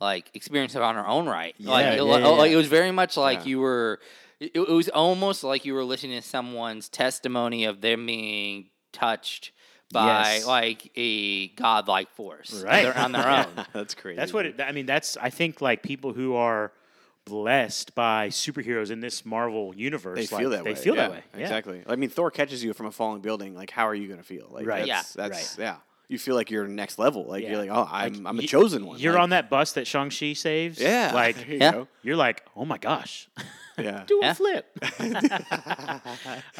Speaker 3: like experience on her own right like,
Speaker 2: Yeah,
Speaker 3: it,
Speaker 1: yeah,
Speaker 3: like-
Speaker 1: yeah,
Speaker 3: like,
Speaker 1: yeah.
Speaker 3: it was very much like
Speaker 2: Yeah.
Speaker 3: you were it, it was almost like you were listening to someone's testimony of them being touched by
Speaker 1: Yes.
Speaker 3: like a godlike force
Speaker 1: Right. (laughs)
Speaker 3: on their, on their own
Speaker 2: (laughs) That's crazy.
Speaker 1: That's what it, I mean. That's I think like people who are blessed by superheroes in this Marvel universe.
Speaker 2: They
Speaker 1: like,
Speaker 2: feel that
Speaker 1: they
Speaker 2: way.
Speaker 1: feel
Speaker 2: yeah,
Speaker 1: that way. Yeah.
Speaker 2: Exactly. I mean, Thor catches you from a falling building. Like, how are you going to feel? Like,
Speaker 1: Right.
Speaker 2: That's,
Speaker 3: Yeah.
Speaker 2: That's yeah. You feel like you're next level. Like
Speaker 1: Yeah.
Speaker 2: you're like, oh, I'm
Speaker 1: Like,
Speaker 2: I'm a
Speaker 1: you-
Speaker 2: chosen one.
Speaker 1: You're
Speaker 2: Like,
Speaker 1: on that bus that Shang Chi saves.
Speaker 2: Yeah.
Speaker 1: (laughs) Like
Speaker 2: (laughs) there you
Speaker 3: Yeah.
Speaker 2: go.
Speaker 1: you're like, oh my gosh, (laughs)
Speaker 2: Yeah.
Speaker 1: do a
Speaker 3: Yeah.
Speaker 1: flip. (laughs) all right,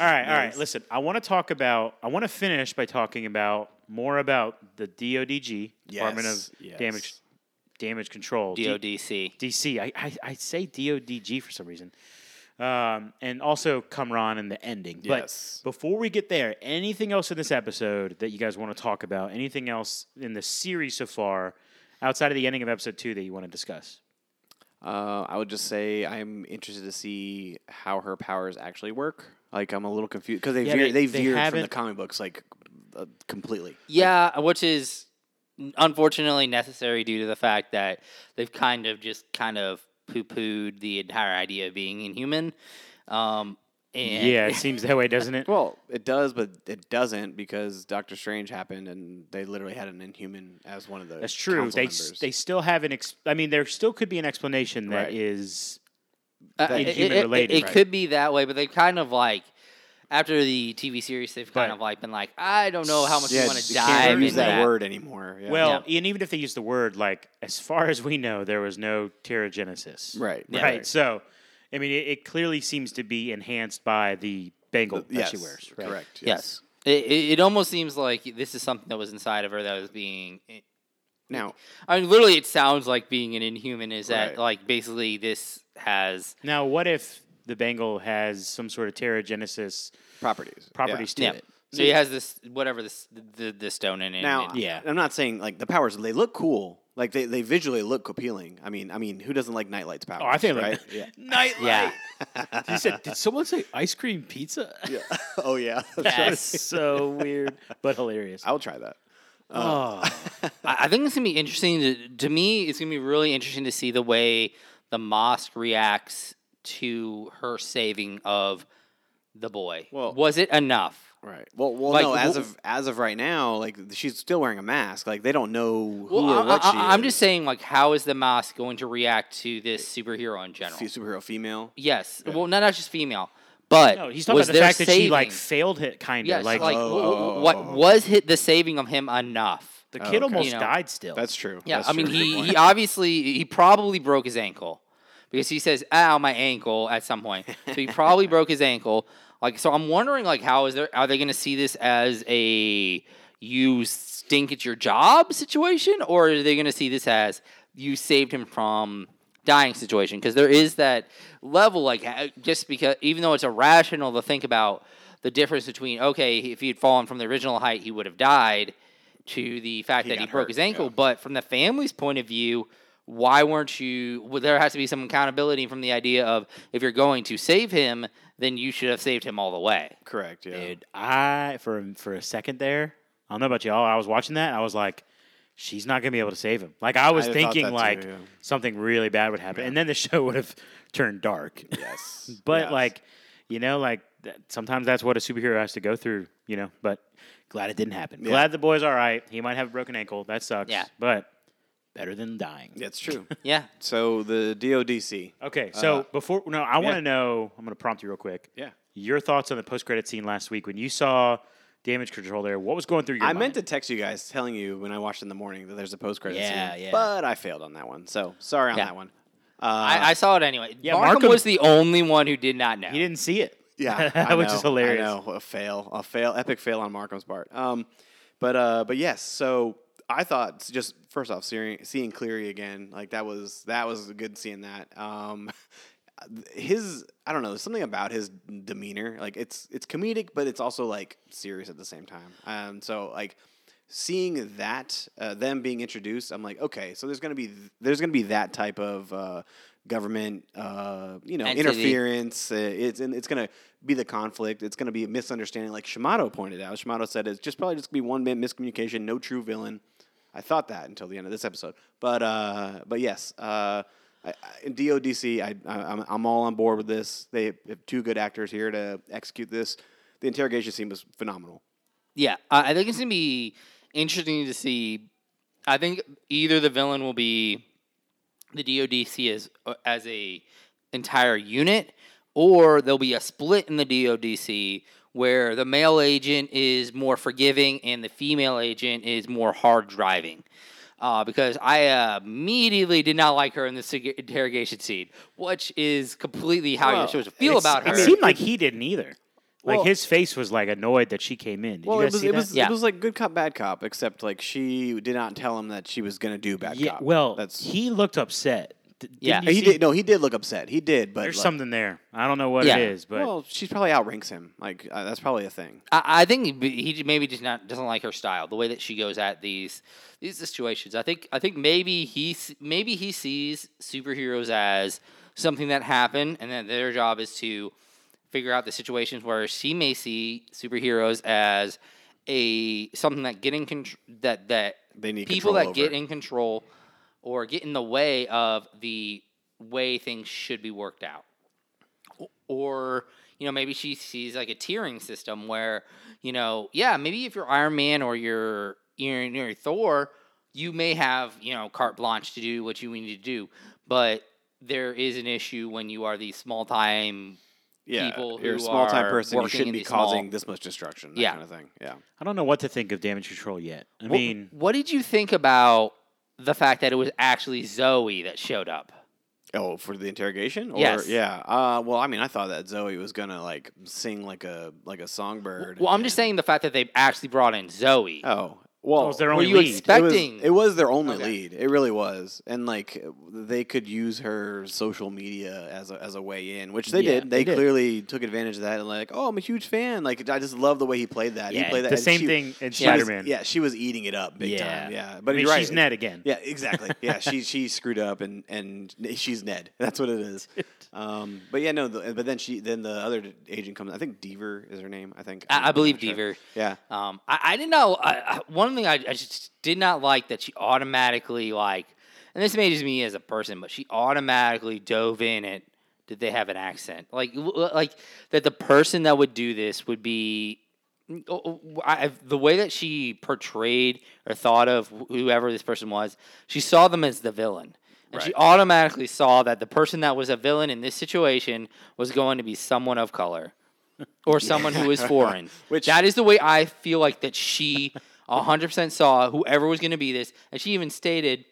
Speaker 1: all right. Listen, I want to talk about. I want to finish by talking about more about the DODG Department of
Speaker 2: Yes, yes.
Speaker 1: Damage Damage Control D-
Speaker 3: DODC
Speaker 1: DC. I, I, I say DODG for some reason. Um, and also Kamran and the ending.
Speaker 2: Yes.
Speaker 1: But before we get there, anything else in this episode that you guys want to talk about? Anything else in the series so far outside of the ending of episode two that you want to discuss?
Speaker 2: Uh, I would just say I'm interested to see how her powers actually work. Like I'm a little confused because they
Speaker 1: Yeah,
Speaker 2: veer,
Speaker 1: they-
Speaker 2: they,
Speaker 1: they
Speaker 2: veered from the
Speaker 1: haven't-
Speaker 2: comic books like uh, completely.
Speaker 3: Yeah, which is unfortunately necessary due to the fact that they've kind of just kind of poo pooed the entire idea of being inhuman. Um, and
Speaker 1: Yeah, it seems that way, doesn't it?
Speaker 2: Well, it does, but it doesn't because Doctor Strange happened, and they literally had an Inhuman as one of the.
Speaker 1: That's true.
Speaker 2: council
Speaker 1: They s-
Speaker 2: members.
Speaker 1: they still have an. Ex- I mean, there still could be an explanation that
Speaker 2: Right.
Speaker 1: is
Speaker 3: uh,
Speaker 2: that
Speaker 3: it-
Speaker 1: inhuman
Speaker 3: it, it-
Speaker 1: related,
Speaker 3: it
Speaker 1: right.
Speaker 3: could be that way, but they've kind of like. After the TV series, they've kind
Speaker 1: Right.
Speaker 3: of like been like, I don't know how much
Speaker 2: yeah,
Speaker 3: you want
Speaker 2: it's-
Speaker 3: to
Speaker 2: you can't
Speaker 3: dive
Speaker 2: use
Speaker 3: into
Speaker 2: that,
Speaker 3: that.
Speaker 2: word anymore. Yeah.
Speaker 1: well, and even if they use the word like, as far as we know, there was no pterogenesis.
Speaker 2: right,
Speaker 3: Yeah.
Speaker 1: right? So, I mean, it, it clearly seems to be enhanced by the bangle that
Speaker 2: Yes,
Speaker 1: she wears. Right?
Speaker 2: correct.
Speaker 3: Yes, it, it, it almost seems like this is something that was inside of her that was being eh,
Speaker 2: Now,
Speaker 3: I mean, literally, it sounds like being an inhuman is that
Speaker 2: Right.
Speaker 3: like basically this has
Speaker 1: Now, what if the bangle has some sort of pterogenesis
Speaker 2: properties.
Speaker 1: properties
Speaker 3: yeah.
Speaker 1: to it?
Speaker 3: So he has this whatever this the, the stone in it.
Speaker 2: Yeah. Now,
Speaker 3: and-
Speaker 1: Yeah.
Speaker 2: I'm not saying like the powers. They look cool. Like they, they visually look appealing. I mean, I mean, who doesn't like Nightlight's powers?
Speaker 1: Oh, I think (laughs)
Speaker 2: right.
Speaker 1: like
Speaker 2: yeah.
Speaker 1: nightlight.
Speaker 3: yeah,
Speaker 1: (laughs) She said, "Did someone say ice cream pizza?"
Speaker 2: yeah. (laughs) Oh yeah. That's right.
Speaker 1: (laughs) That's so weird, but hilarious.
Speaker 2: I'll try that.
Speaker 1: Oh.
Speaker 3: I, I think it's gonna be interesting. To, to me, it's gonna be really interesting to see the way the mosque reacts to her saving of the boy.
Speaker 2: Well-
Speaker 3: was it enough?
Speaker 2: Right. Well, well,
Speaker 3: Like,
Speaker 2: no.
Speaker 3: wh-
Speaker 2: As of as of right now, like she's still wearing a mask. Like they don't know who
Speaker 3: Well,
Speaker 2: or
Speaker 3: I,
Speaker 2: what she
Speaker 3: am
Speaker 2: is.
Speaker 3: just saying, like, how is the mosque going to react to this superhero in general?
Speaker 2: Fe- superhero female.
Speaker 3: yes, well, not, not just female, but
Speaker 1: No, he's talking
Speaker 3: was
Speaker 1: about the
Speaker 3: there
Speaker 1: fact that she like
Speaker 3: saving-
Speaker 1: failed it, kind of
Speaker 3: Yes, like,
Speaker 1: like,
Speaker 2: Oh,
Speaker 3: w- w-
Speaker 2: oh,
Speaker 3: what
Speaker 2: oh, oh.
Speaker 3: was hit the saving of him enough?
Speaker 1: the
Speaker 2: Oh,
Speaker 1: kid
Speaker 2: okay.
Speaker 1: almost
Speaker 3: You know,
Speaker 1: died. Still,
Speaker 2: That's true.
Speaker 3: Yeah,
Speaker 2: That's
Speaker 3: I mean,
Speaker 2: true. Good
Speaker 3: he,
Speaker 2: point.
Speaker 3: he obviously he probably broke his ankle because he says "ow" my ankle at some point. So he
Speaker 2: (laughs)
Speaker 3: probably broke his ankle. Like, so I'm wondering, like, how is there? Are they going to see this as a you stink at your job situation, or are they going to see this as you saved him from dying situation? Because there is that level, like, ha- just because even though it's irrational to think about the difference between okay, if he had fallen from the original height, he would have died. To the fact that he
Speaker 2: got
Speaker 3: broke
Speaker 2: hurt,
Speaker 3: his ankle,
Speaker 2: yeah.
Speaker 3: but from the family's point of view, why weren't you? Well, there has to be some accountability from the idea of if you're going to save him, then you should have saved him all the way.
Speaker 2: correct. Yeah.
Speaker 1: dude. I for a- for a second there, I don't know about y'all. I was watching that. I was like, she's not gonna be able to save him. Like I was
Speaker 2: I thought
Speaker 1: thinking
Speaker 2: that too,
Speaker 1: like
Speaker 2: yeah.
Speaker 1: something really bad would happen, and then the (laughs) show would have turned dark. (laughs)
Speaker 2: Yes.
Speaker 3: (laughs)
Speaker 1: But
Speaker 2: Yes.
Speaker 1: like, you know, like that, sometimes that's what a superhero has to go through. You know, but glad it didn't happen.
Speaker 2: Yeah.
Speaker 1: Glad the boy's all right. He might have a broken ankle. That sucks.
Speaker 3: Yeah.
Speaker 1: but better than dying.
Speaker 3: (laughs)
Speaker 2: that's true.
Speaker 3: Yeah.
Speaker 2: so the DODC.
Speaker 1: Okay, so
Speaker 2: Uh,
Speaker 1: before no, I want to know. I'm going to prompt you real quick.
Speaker 2: Yeah.
Speaker 1: Your thoughts on the post credit scene last week when you saw Damage control there. What was going through your
Speaker 2: I
Speaker 1: mind?
Speaker 2: meant to text you guys telling you when I watched in the morning that there's a post credit
Speaker 3: Yeah,
Speaker 2: scene,
Speaker 3: yeah.
Speaker 2: but I failed on that one. So sorry on
Speaker 3: Yeah.
Speaker 2: that one. Uh,
Speaker 3: I, I saw it anyway.
Speaker 1: Yeah,
Speaker 3: Markham,
Speaker 1: Markham-
Speaker 3: was the only one who did not know.
Speaker 1: He didn't see it. (laughs)
Speaker 2: Yeah, I
Speaker 1: which
Speaker 2: know,
Speaker 1: is hilarious.
Speaker 2: I know a fail, a fail, epic fail on Markham's part. Um, but uh, but yes. So I thought s- just first off, seeing, seeing Cleary again, like that was that was good seeing that. Um, (laughs) his I don't know, there's something about his demeanor. Like it's it's comedic, but it's also like serious at the same time. Um, so like seeing that uh, them being introduced, I'm like, okay, so there's gonna be there's gonna be that type of uh, government, uh, you know,
Speaker 3: Entity.
Speaker 2: interference interference. uh, It's and it's going to be the conflict. It's going to be a misunderstanding, like Shimato pointed out. Shimato said it's just probably just gonna be one bit miscommunication, no true villain. I thought that until the end of this episode, but uh, but yes, uh, I, I, in DODC, I, I I'm, I'm all on board with this. They have two good actors here to execute this. The interrogation scene was phenomenal.
Speaker 3: Yeah, I I think it's gonna be interesting to see. I think either the villain will be the DODC as uh, as a entire unit, or there'll be a split in the DODC where the male agent is more forgiving and the female agent is more hard driving. Uh, because I uh, immediately did not like her in the sig- interrogation scene, which is completely how
Speaker 2: Well,
Speaker 3: you're supposed to feel about her.
Speaker 1: It seemed like he didn't either. Like
Speaker 2: Well-
Speaker 1: his face was like annoyed that she came in. Did
Speaker 2: Well,
Speaker 1: you
Speaker 2: it
Speaker 1: guys
Speaker 2: was
Speaker 1: see
Speaker 2: it
Speaker 1: that?
Speaker 2: was
Speaker 3: Yeah.
Speaker 2: it was like good cop bad cop, except like she did not tell him that she was going to do bad
Speaker 1: yeah.
Speaker 2: cop.
Speaker 1: Well,
Speaker 2: that's
Speaker 1: he looked upset. D- didn't
Speaker 3: Yeah.
Speaker 1: you
Speaker 2: he
Speaker 1: see-
Speaker 2: did. No, he did look upset. He did, but
Speaker 1: There's
Speaker 2: like-
Speaker 1: something there. I don't know what
Speaker 3: Yeah.
Speaker 1: it is, but
Speaker 2: well, she probably outranks him. Like uh, that's probably a thing.
Speaker 3: I, I think he be- he j- maybe just not doesn't like her style, the way that she goes at these these situations. I think I think maybe he s- maybe he sees superheroes as something that happened, and that their job is to figure out the situations where she may see superheroes as a something that get in contr- that that
Speaker 2: They need
Speaker 3: people
Speaker 2: control
Speaker 3: that
Speaker 2: over.
Speaker 3: get in control or get in the way of the way things should be worked out O- or you know maybe she sees like a tiering system where you know yeah maybe if you're iron man or you're you're, you're thor you may have you know carte blanche to do what you need to do but there is an issue when you are the small time
Speaker 2: yeah,
Speaker 3: people
Speaker 2: You're
Speaker 3: who
Speaker 2: a small time
Speaker 3: are
Speaker 2: person. You
Speaker 3: working in
Speaker 2: shouldn't be
Speaker 3: these small-
Speaker 2: causing this much destruction. That
Speaker 3: Yeah.
Speaker 2: kind of thing. Yeah.
Speaker 1: I don't know what to think of damage control yet. I
Speaker 3: What-
Speaker 1: mean,
Speaker 3: what did you think about the fact that it was actually zoe that showed up
Speaker 2: Oh, for the interrogation? Or,
Speaker 3: Yes.
Speaker 2: Yeah. Uh, well, I mean, I thought that Zoe was gonna like sing like a like a songbird.
Speaker 3: Well, I'm just
Speaker 2: and-
Speaker 3: saying the fact that they actually brought in Zoe.
Speaker 2: Oh. Well,
Speaker 1: was their
Speaker 3: Were
Speaker 1: only
Speaker 3: you
Speaker 1: lead.
Speaker 2: it was,
Speaker 3: expecting?
Speaker 2: it was their only
Speaker 3: Okay.
Speaker 2: lead. It really was, and like they could use her social media as a, as a way in, which they
Speaker 1: Yeah,
Speaker 2: did. They,
Speaker 1: they did.
Speaker 2: clearly took advantage of that, and like, oh, I'm a huge fan. Like, I just love the way he played that.
Speaker 1: yeah,
Speaker 2: he played that.
Speaker 1: the
Speaker 2: and
Speaker 1: same
Speaker 2: she-
Speaker 1: thing in
Speaker 2: She was-
Speaker 1: Spider Man.
Speaker 2: yeah, she was eating it up big
Speaker 1: Yeah.
Speaker 2: time. Yeah, but
Speaker 1: I mean,
Speaker 2: you're right.
Speaker 1: she's Ned again.
Speaker 2: Yeah, exactly. Yeah, she she screwed up and and she's Ned. (laughs) That's what it is. Um, but yeah, no. The, but then she then the other agent comes. I think Deaver is her name. I think. I'm
Speaker 3: I, I
Speaker 2: not
Speaker 3: believe
Speaker 2: sure.
Speaker 3: Deaver.
Speaker 2: Yeah.
Speaker 3: Um, I, I didn't know. I, I, one thing I, I just did not like that she automatically like, and this amazes me as a person, but she automatically dove in at. Did they have an accent? Like, w- w- like that the person that would do this would be. I, I- the way that she portrayed or thought of whoever this person was, she saw them as the villain. And she automatically saw that the person that was a villain in this situation was going to be someone of color or someone who is foreign.
Speaker 2: Which-
Speaker 3: that is the way I feel like that she (laughs) 100% saw whoever was going to be this. And she even stated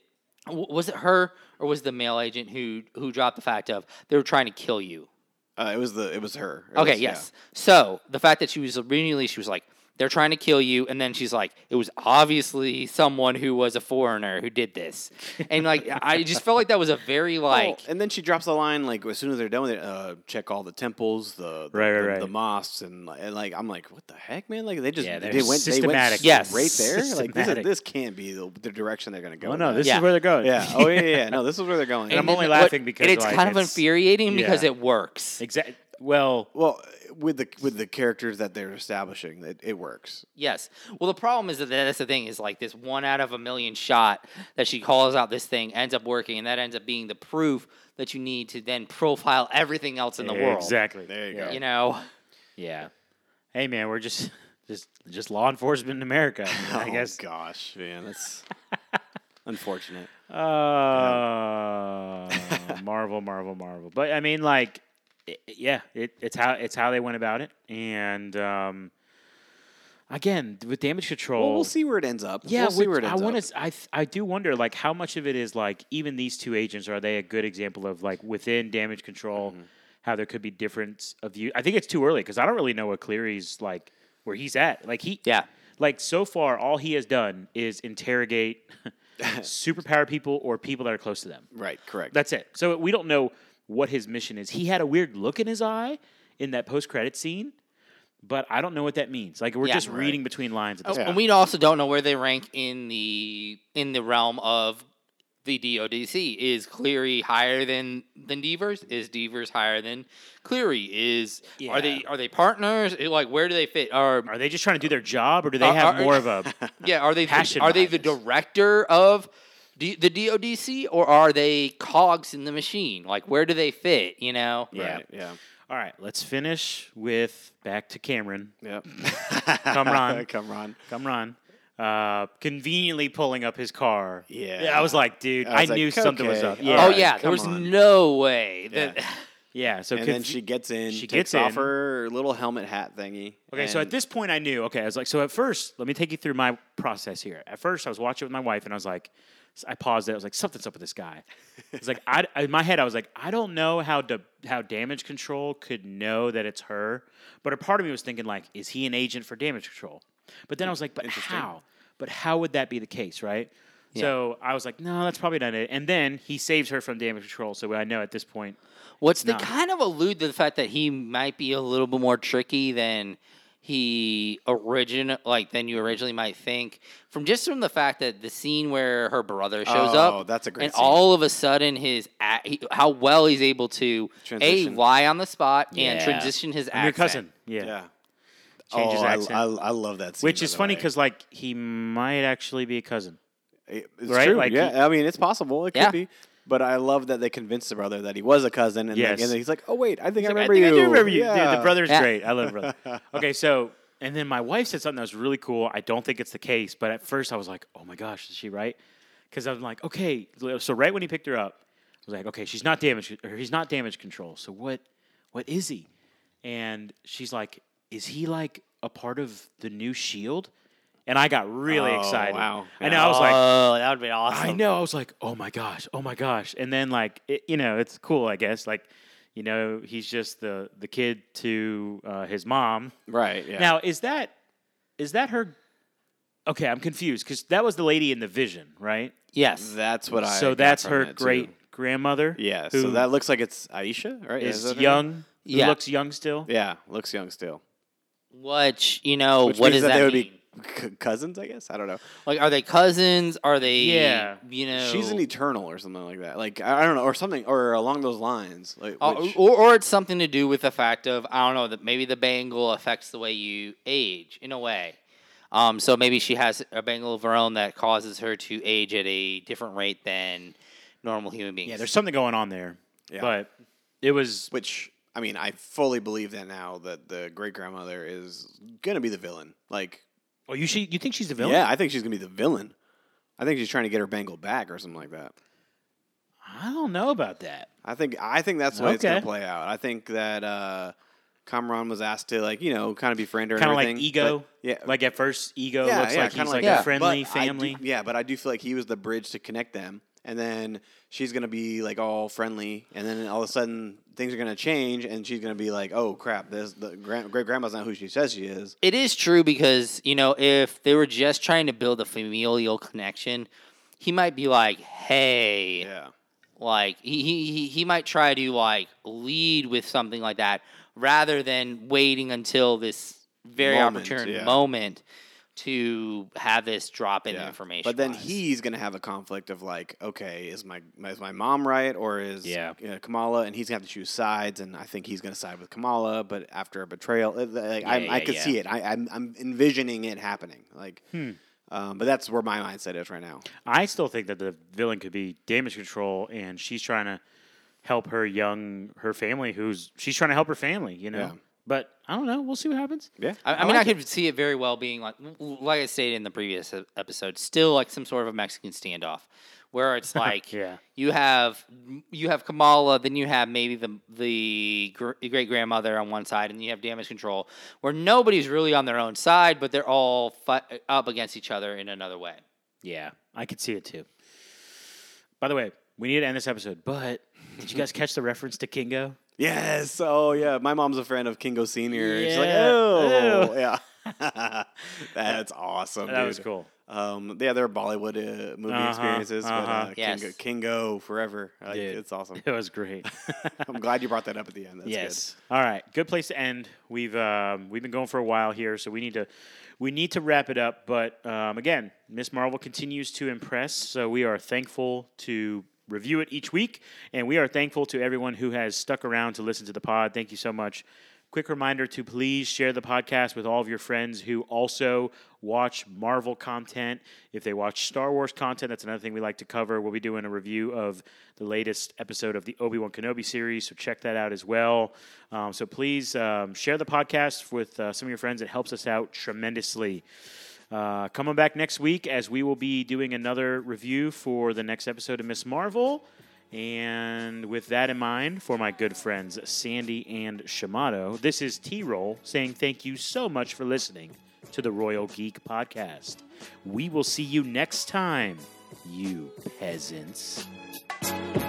Speaker 3: w- was it her or was it the male agent who who dropped the fact of they were trying to kill you?
Speaker 2: Uh, it was the it was her. It
Speaker 3: Okay,
Speaker 2: was- yeah.
Speaker 3: yes. So the fact that she was originally she was like they're trying to kill you, and then she's like it was obviously someone who was a foreigner who did this, and like I just felt like that was a
Speaker 1: (laughs)
Speaker 3: very
Speaker 2: Well,
Speaker 3: like
Speaker 2: and then she drops the line like as soon as they're done with it, uh, check all the temples, the the,
Speaker 1: Right, right,
Speaker 2: the,
Speaker 1: right.
Speaker 2: the mosques, and, li- and like I'm like, what the heck, man? Like they just
Speaker 1: Yeah, they're
Speaker 2: they went
Speaker 1: systematic.
Speaker 2: They went
Speaker 3: Yes.
Speaker 2: right there. Like this,
Speaker 1: Systematic.
Speaker 2: is, this can't be the, the direction they're gonna go.
Speaker 1: Oh
Speaker 2: with
Speaker 1: no,
Speaker 2: that.
Speaker 1: this
Speaker 3: Yeah.
Speaker 1: is where they're going.
Speaker 2: yeah.
Speaker 1: (laughs)
Speaker 2: Oh yeah, yeah. yeah. No, this is where they're going.
Speaker 1: And I'm
Speaker 3: then
Speaker 1: only
Speaker 3: what-
Speaker 1: laughing because,
Speaker 3: and it's
Speaker 1: like,
Speaker 3: kind of
Speaker 1: it's-
Speaker 3: infuriating because
Speaker 1: yeah.
Speaker 3: it works.
Speaker 1: Exactly. Well,
Speaker 2: Well, with the with the characters that they're establishing, it, it works.
Speaker 3: Yes. Well, the problem is that that's the thing is like this one out of a million shot that she calls out this thing ends up working, and that ends up being the proof that you need to then profile everything else in the world.
Speaker 1: Exactly.
Speaker 2: There you
Speaker 1: yeah.
Speaker 2: go.
Speaker 3: You know.
Speaker 1: Yeah. Hey man, we're just just just law enforcement in America. I, mean, I
Speaker 2: (laughs) oh
Speaker 1: guess.
Speaker 2: gosh, man,
Speaker 1: (laughs)
Speaker 2: that's unfortunate.
Speaker 1: Uh, Marvel, Marvel, Marvel. But I mean, like, i- yeah, it, it's how it's how they went about it, and um, again with damage control.
Speaker 2: Well, we'll see where it ends up.
Speaker 1: Yeah,
Speaker 2: we'll see
Speaker 1: which
Speaker 2: where it ends
Speaker 1: I want
Speaker 2: up.
Speaker 1: to. I th- I do wonder like how much of it is like even these two agents are they a good example of like within damage control
Speaker 2: Mm-hmm.
Speaker 1: how there could be difference of view. I think it's too early because I don't really know what Cleary's like where he's at. Like he
Speaker 3: Yeah.
Speaker 1: Like so far, all he has done is
Speaker 2: (laughs)
Speaker 1: interrogate superpower people or people that are close to them.
Speaker 2: Right, correct.
Speaker 1: That's it. So we don't know what his mission is. He had a weird look in his eye in that post credit scene, but I don't know what that means. Like we're
Speaker 3: Yeah.
Speaker 1: just reading between lines at this
Speaker 2: Yeah.
Speaker 1: point.
Speaker 3: And we also don't know where they rank in the in the realm of the DODC. Is Cleary higher than than Devers? Is Devers higher than Cleary? Is
Speaker 1: Yeah.
Speaker 3: are they are they partners? It- Like where do they fit? Are
Speaker 2: (laughs)
Speaker 1: Are they just trying to do their job, or
Speaker 2: Uh,
Speaker 1: do they
Speaker 3: Are-
Speaker 1: have
Speaker 3: are-
Speaker 1: more of a?
Speaker 3: yeah are they
Speaker 1: Passion
Speaker 3: are they
Speaker 1: behind
Speaker 3: the
Speaker 1: this.
Speaker 3: director of D, the DODC or are they cogs in the machine? Like where do they fit? You know.
Speaker 1: Yeah.
Speaker 2: Right, yeah.
Speaker 1: All right, let's finish with back to Cameron.
Speaker 2: Yeah.
Speaker 1: (laughs)
Speaker 2: (laughs)
Speaker 1: Kamran.
Speaker 2: Kamran.
Speaker 1: Kamran. Uh, conveniently pulling up his car.
Speaker 2: Yeah.
Speaker 1: I was like, dude, I,
Speaker 2: I was like,
Speaker 1: knew something was
Speaker 2: okay,
Speaker 1: up.
Speaker 2: all
Speaker 1: Yeah,
Speaker 3: Oh
Speaker 2: right,
Speaker 3: yeah, there
Speaker 2: come
Speaker 3: was
Speaker 2: on.
Speaker 3: no way that
Speaker 2: Yeah.
Speaker 1: yeah. So
Speaker 2: And then
Speaker 1: conv-
Speaker 2: she gets in.
Speaker 1: she
Speaker 2: She takes
Speaker 1: gets
Speaker 2: off
Speaker 1: in.
Speaker 2: her little helmet hat thingy.
Speaker 1: Okay, so at
Speaker 2: and-
Speaker 1: this point, I knew. Okay, I was like, so at first, let me take you through my process here. At first, I was watching with my wife, and I was like, I paused it. I was like, something's up with this guy. It's like, I, in my head, I was like, I don't know how to, how damage control could know that it's her, but a part of me was thinking like, is he an agent for damage control? But then I was like, but how? But how would that be the case, right? So I was like, no, that's probably not it. And then he saves her from damage control, so I know at this point.
Speaker 3: What's they
Speaker 1: not.
Speaker 3: kind of allude to the fact that he might be a little bit more tricky than he origin like than you originally might think from just from the fact that the scene where her brother shows
Speaker 2: Oh,
Speaker 3: up
Speaker 2: that's a great
Speaker 3: and
Speaker 2: scene.
Speaker 3: all of a sudden his act, he, how well he's able to a
Speaker 2: Transition.
Speaker 3: lie on the spot and
Speaker 1: Yeah.
Speaker 3: transition his
Speaker 1: I'm your
Speaker 3: accent.
Speaker 1: cousin, yeah.
Speaker 2: Yeah.
Speaker 1: Changes
Speaker 2: oh, I-
Speaker 1: accent.
Speaker 2: I, I love that scene.
Speaker 1: Which
Speaker 2: by
Speaker 1: is
Speaker 2: the
Speaker 1: funny
Speaker 2: way.
Speaker 1: because like he might actually be a cousin.
Speaker 2: It- It's
Speaker 1: Right?
Speaker 2: true.
Speaker 1: Like,
Speaker 2: yeah,
Speaker 1: he-
Speaker 2: I mean, it's possible. It
Speaker 3: Yeah.
Speaker 2: could be. But I love that they convinced the brother that he was a cousin, and,
Speaker 1: Yes.
Speaker 2: then, and then he's like, "Oh wait, I think I
Speaker 1: Like,
Speaker 2: remember
Speaker 1: I think
Speaker 2: you.
Speaker 1: I do remember you.
Speaker 2: Yeah.
Speaker 1: Dude, the brother's
Speaker 3: Yeah.
Speaker 1: great. I love brother.
Speaker 2: (laughs)
Speaker 1: okay, so and then my wife said something that was really cool. I don't think it's the case, but at first I was like, "Oh my gosh, is she right?" Because I'm like, "Okay." So right when he picked her up, I was like, "Okay, she's not damage. Or he's not damage control. So what? What is he?" And she's like, "Is he like a part of the new Shield?" And I got really
Speaker 2: Oh,
Speaker 1: excited.
Speaker 2: wow.
Speaker 1: I know. I was like,
Speaker 3: oh, that would be awesome.
Speaker 1: I know. I was like, oh my gosh, oh my gosh. And then like, it, you know, it's cool, I guess. Like, you know, he's just the the kid to uh, his mom.
Speaker 2: Right. Yeah.
Speaker 1: Now, is that is that her? Okay, I'm confused because that was the lady in the vision, right?
Speaker 3: Yes.
Speaker 2: that's what I.
Speaker 1: so
Speaker 2: got
Speaker 1: that's
Speaker 2: from
Speaker 1: her
Speaker 2: it, too.
Speaker 1: great grandmother.
Speaker 2: Yeah.
Speaker 1: who
Speaker 2: So that looks like it's Aisha, right?
Speaker 1: is
Speaker 2: that her name?
Speaker 1: young. who
Speaker 3: Yeah.
Speaker 1: looks young still.
Speaker 2: Yeah, looks young still.
Speaker 3: Which you know,
Speaker 2: Which
Speaker 3: what
Speaker 2: means
Speaker 3: does that,
Speaker 2: they would
Speaker 3: mean?
Speaker 2: be c- cousins, I guess. I don't know.
Speaker 3: Like, are they cousins? Are they?
Speaker 1: Yeah.
Speaker 3: You know,
Speaker 2: She's an eternal or something like that. Like I I don't know, or something, or along those lines. Like
Speaker 3: Uh,
Speaker 2: which-
Speaker 3: or, or it's something to do with the fact of I don't know that maybe the bangle affects the way you age in a way. Um, so maybe she has a bangle of her own that causes her to age at a different rate than normal human beings.
Speaker 1: Yeah, there's something going on there.
Speaker 2: Yeah.
Speaker 1: But it was
Speaker 2: which I mean, I fully believe that now that the great grandmother is gonna be the villain. Like,
Speaker 1: Oh, you she you think she's the villain?
Speaker 2: yeah, I think she's gonna be the villain. I think she's trying to get her bangle back or something like that.
Speaker 1: I don't know about that.
Speaker 2: I think I think that's the way it's gonna
Speaker 1: Okay.
Speaker 2: play out. I think that uh Kamran was asked to like you know kind of befriend her, and
Speaker 1: Kind of like
Speaker 2: everything,
Speaker 1: ego.
Speaker 2: but- yeah,
Speaker 1: Like at first, ego looks like he's
Speaker 2: kinda
Speaker 1: like,
Speaker 2: that.
Speaker 1: a
Speaker 2: But
Speaker 1: friendly
Speaker 2: I do-
Speaker 1: family.
Speaker 2: yeah, but I do feel like he was the bridge to connect them, and then she's gonna be like all friendly, and then all of a sudden things are gonna change, and she's gonna be like, "Oh crap, this the grand, great grandma's not who she says she is."
Speaker 3: It is true because you know if they were just trying to build a familial connection, he might be like, "Hey,
Speaker 2: Yeah,
Speaker 3: like he, he he- he might try to like lead with something like that rather than waiting until this very
Speaker 2: Moment,
Speaker 3: opportune
Speaker 2: yeah.
Speaker 3: moment to have this drop in
Speaker 2: yeah.
Speaker 3: information
Speaker 2: But then
Speaker 3: wise.
Speaker 2: he's gonna have a conflict of like, okay, is my is my mom right or is
Speaker 1: Yeah.
Speaker 2: uh, Kamala? And he's gonna have to choose sides, and I think he's gonna side with Kamala. But after a betrayal, uh, like, I,
Speaker 3: Yeah,
Speaker 2: I
Speaker 3: yeah,
Speaker 2: could
Speaker 3: yeah.
Speaker 2: see it. I, I'm I'm envisioning it happening. Like. Um, but that's where my mindset is right now.
Speaker 1: I still think that the villain could be damage control, and she's trying to help her young her family. Who's she's trying to help her family, you know,
Speaker 2: Yeah.
Speaker 1: But I don't know. We'll see what happens.
Speaker 2: Yeah.
Speaker 3: I, I, mean,
Speaker 1: like
Speaker 3: I could see it very well being like, like I stated in the previous e- episode, still like some sort of a Mexican standoff, where it's like
Speaker 1: Yeah.
Speaker 3: you have you have Kamala, then you have maybe the the great grandmother on one side, and you have damage control, where nobody's really on their own side, but they're all fi- up against each other in another way.
Speaker 1: Yeah, I could see it too. By the way, we need to end this episode, but did
Speaker 2: (laughs)
Speaker 1: you guys catch the reference to Kingo?
Speaker 2: Yes. Oh yeah. My mom's a friend of Kingo Senior. She's like,
Speaker 1: Yeah.
Speaker 2: oh yeah.
Speaker 1: (laughs)
Speaker 2: (laughs) That's awesome.
Speaker 1: That was
Speaker 2: dude.
Speaker 1: cool.
Speaker 2: Um, yeah, they're Bollywood uh, movie
Speaker 1: Uh-huh,
Speaker 2: experiences, but
Speaker 1: uh-huh.
Speaker 2: uh,
Speaker 3: Yes.
Speaker 2: Kingo, Kingo forever. Like,
Speaker 1: Dude. (laughs)
Speaker 2: it's awesome.
Speaker 1: It was
Speaker 2: (laughs)
Speaker 1: great.
Speaker 2: I'm glad you brought that up at the end. That's
Speaker 1: yes. All right. Good place to end. We've um, we've been going for a while here, so we need to we need to wrap it up. But um, again, Miss Marvel continues to impress, so we are thankful to review it each week, and we are thankful to everyone who has stuck around to listen to the pod. Thank you so much. Quick reminder to please share the podcast with all of your friends who also watch Marvel content. If they watch Star Wars content, that's another thing we like to cover. We'll be doing a review of the latest episode of the Obi Wan Kenobi series, so check that out as well. Um, so please um, share the podcast with uh, some of your friends. It helps us out tremendously. Uh, coming back next week as we will be doing another review for the next episode of Miss Marvel. And with that in mind, for my good friends Sandy and Shamato, this is T Roll saying thank you so much for listening to the Royal Geek Podcast. We will see you next time, you peasants.
Speaker 2: good.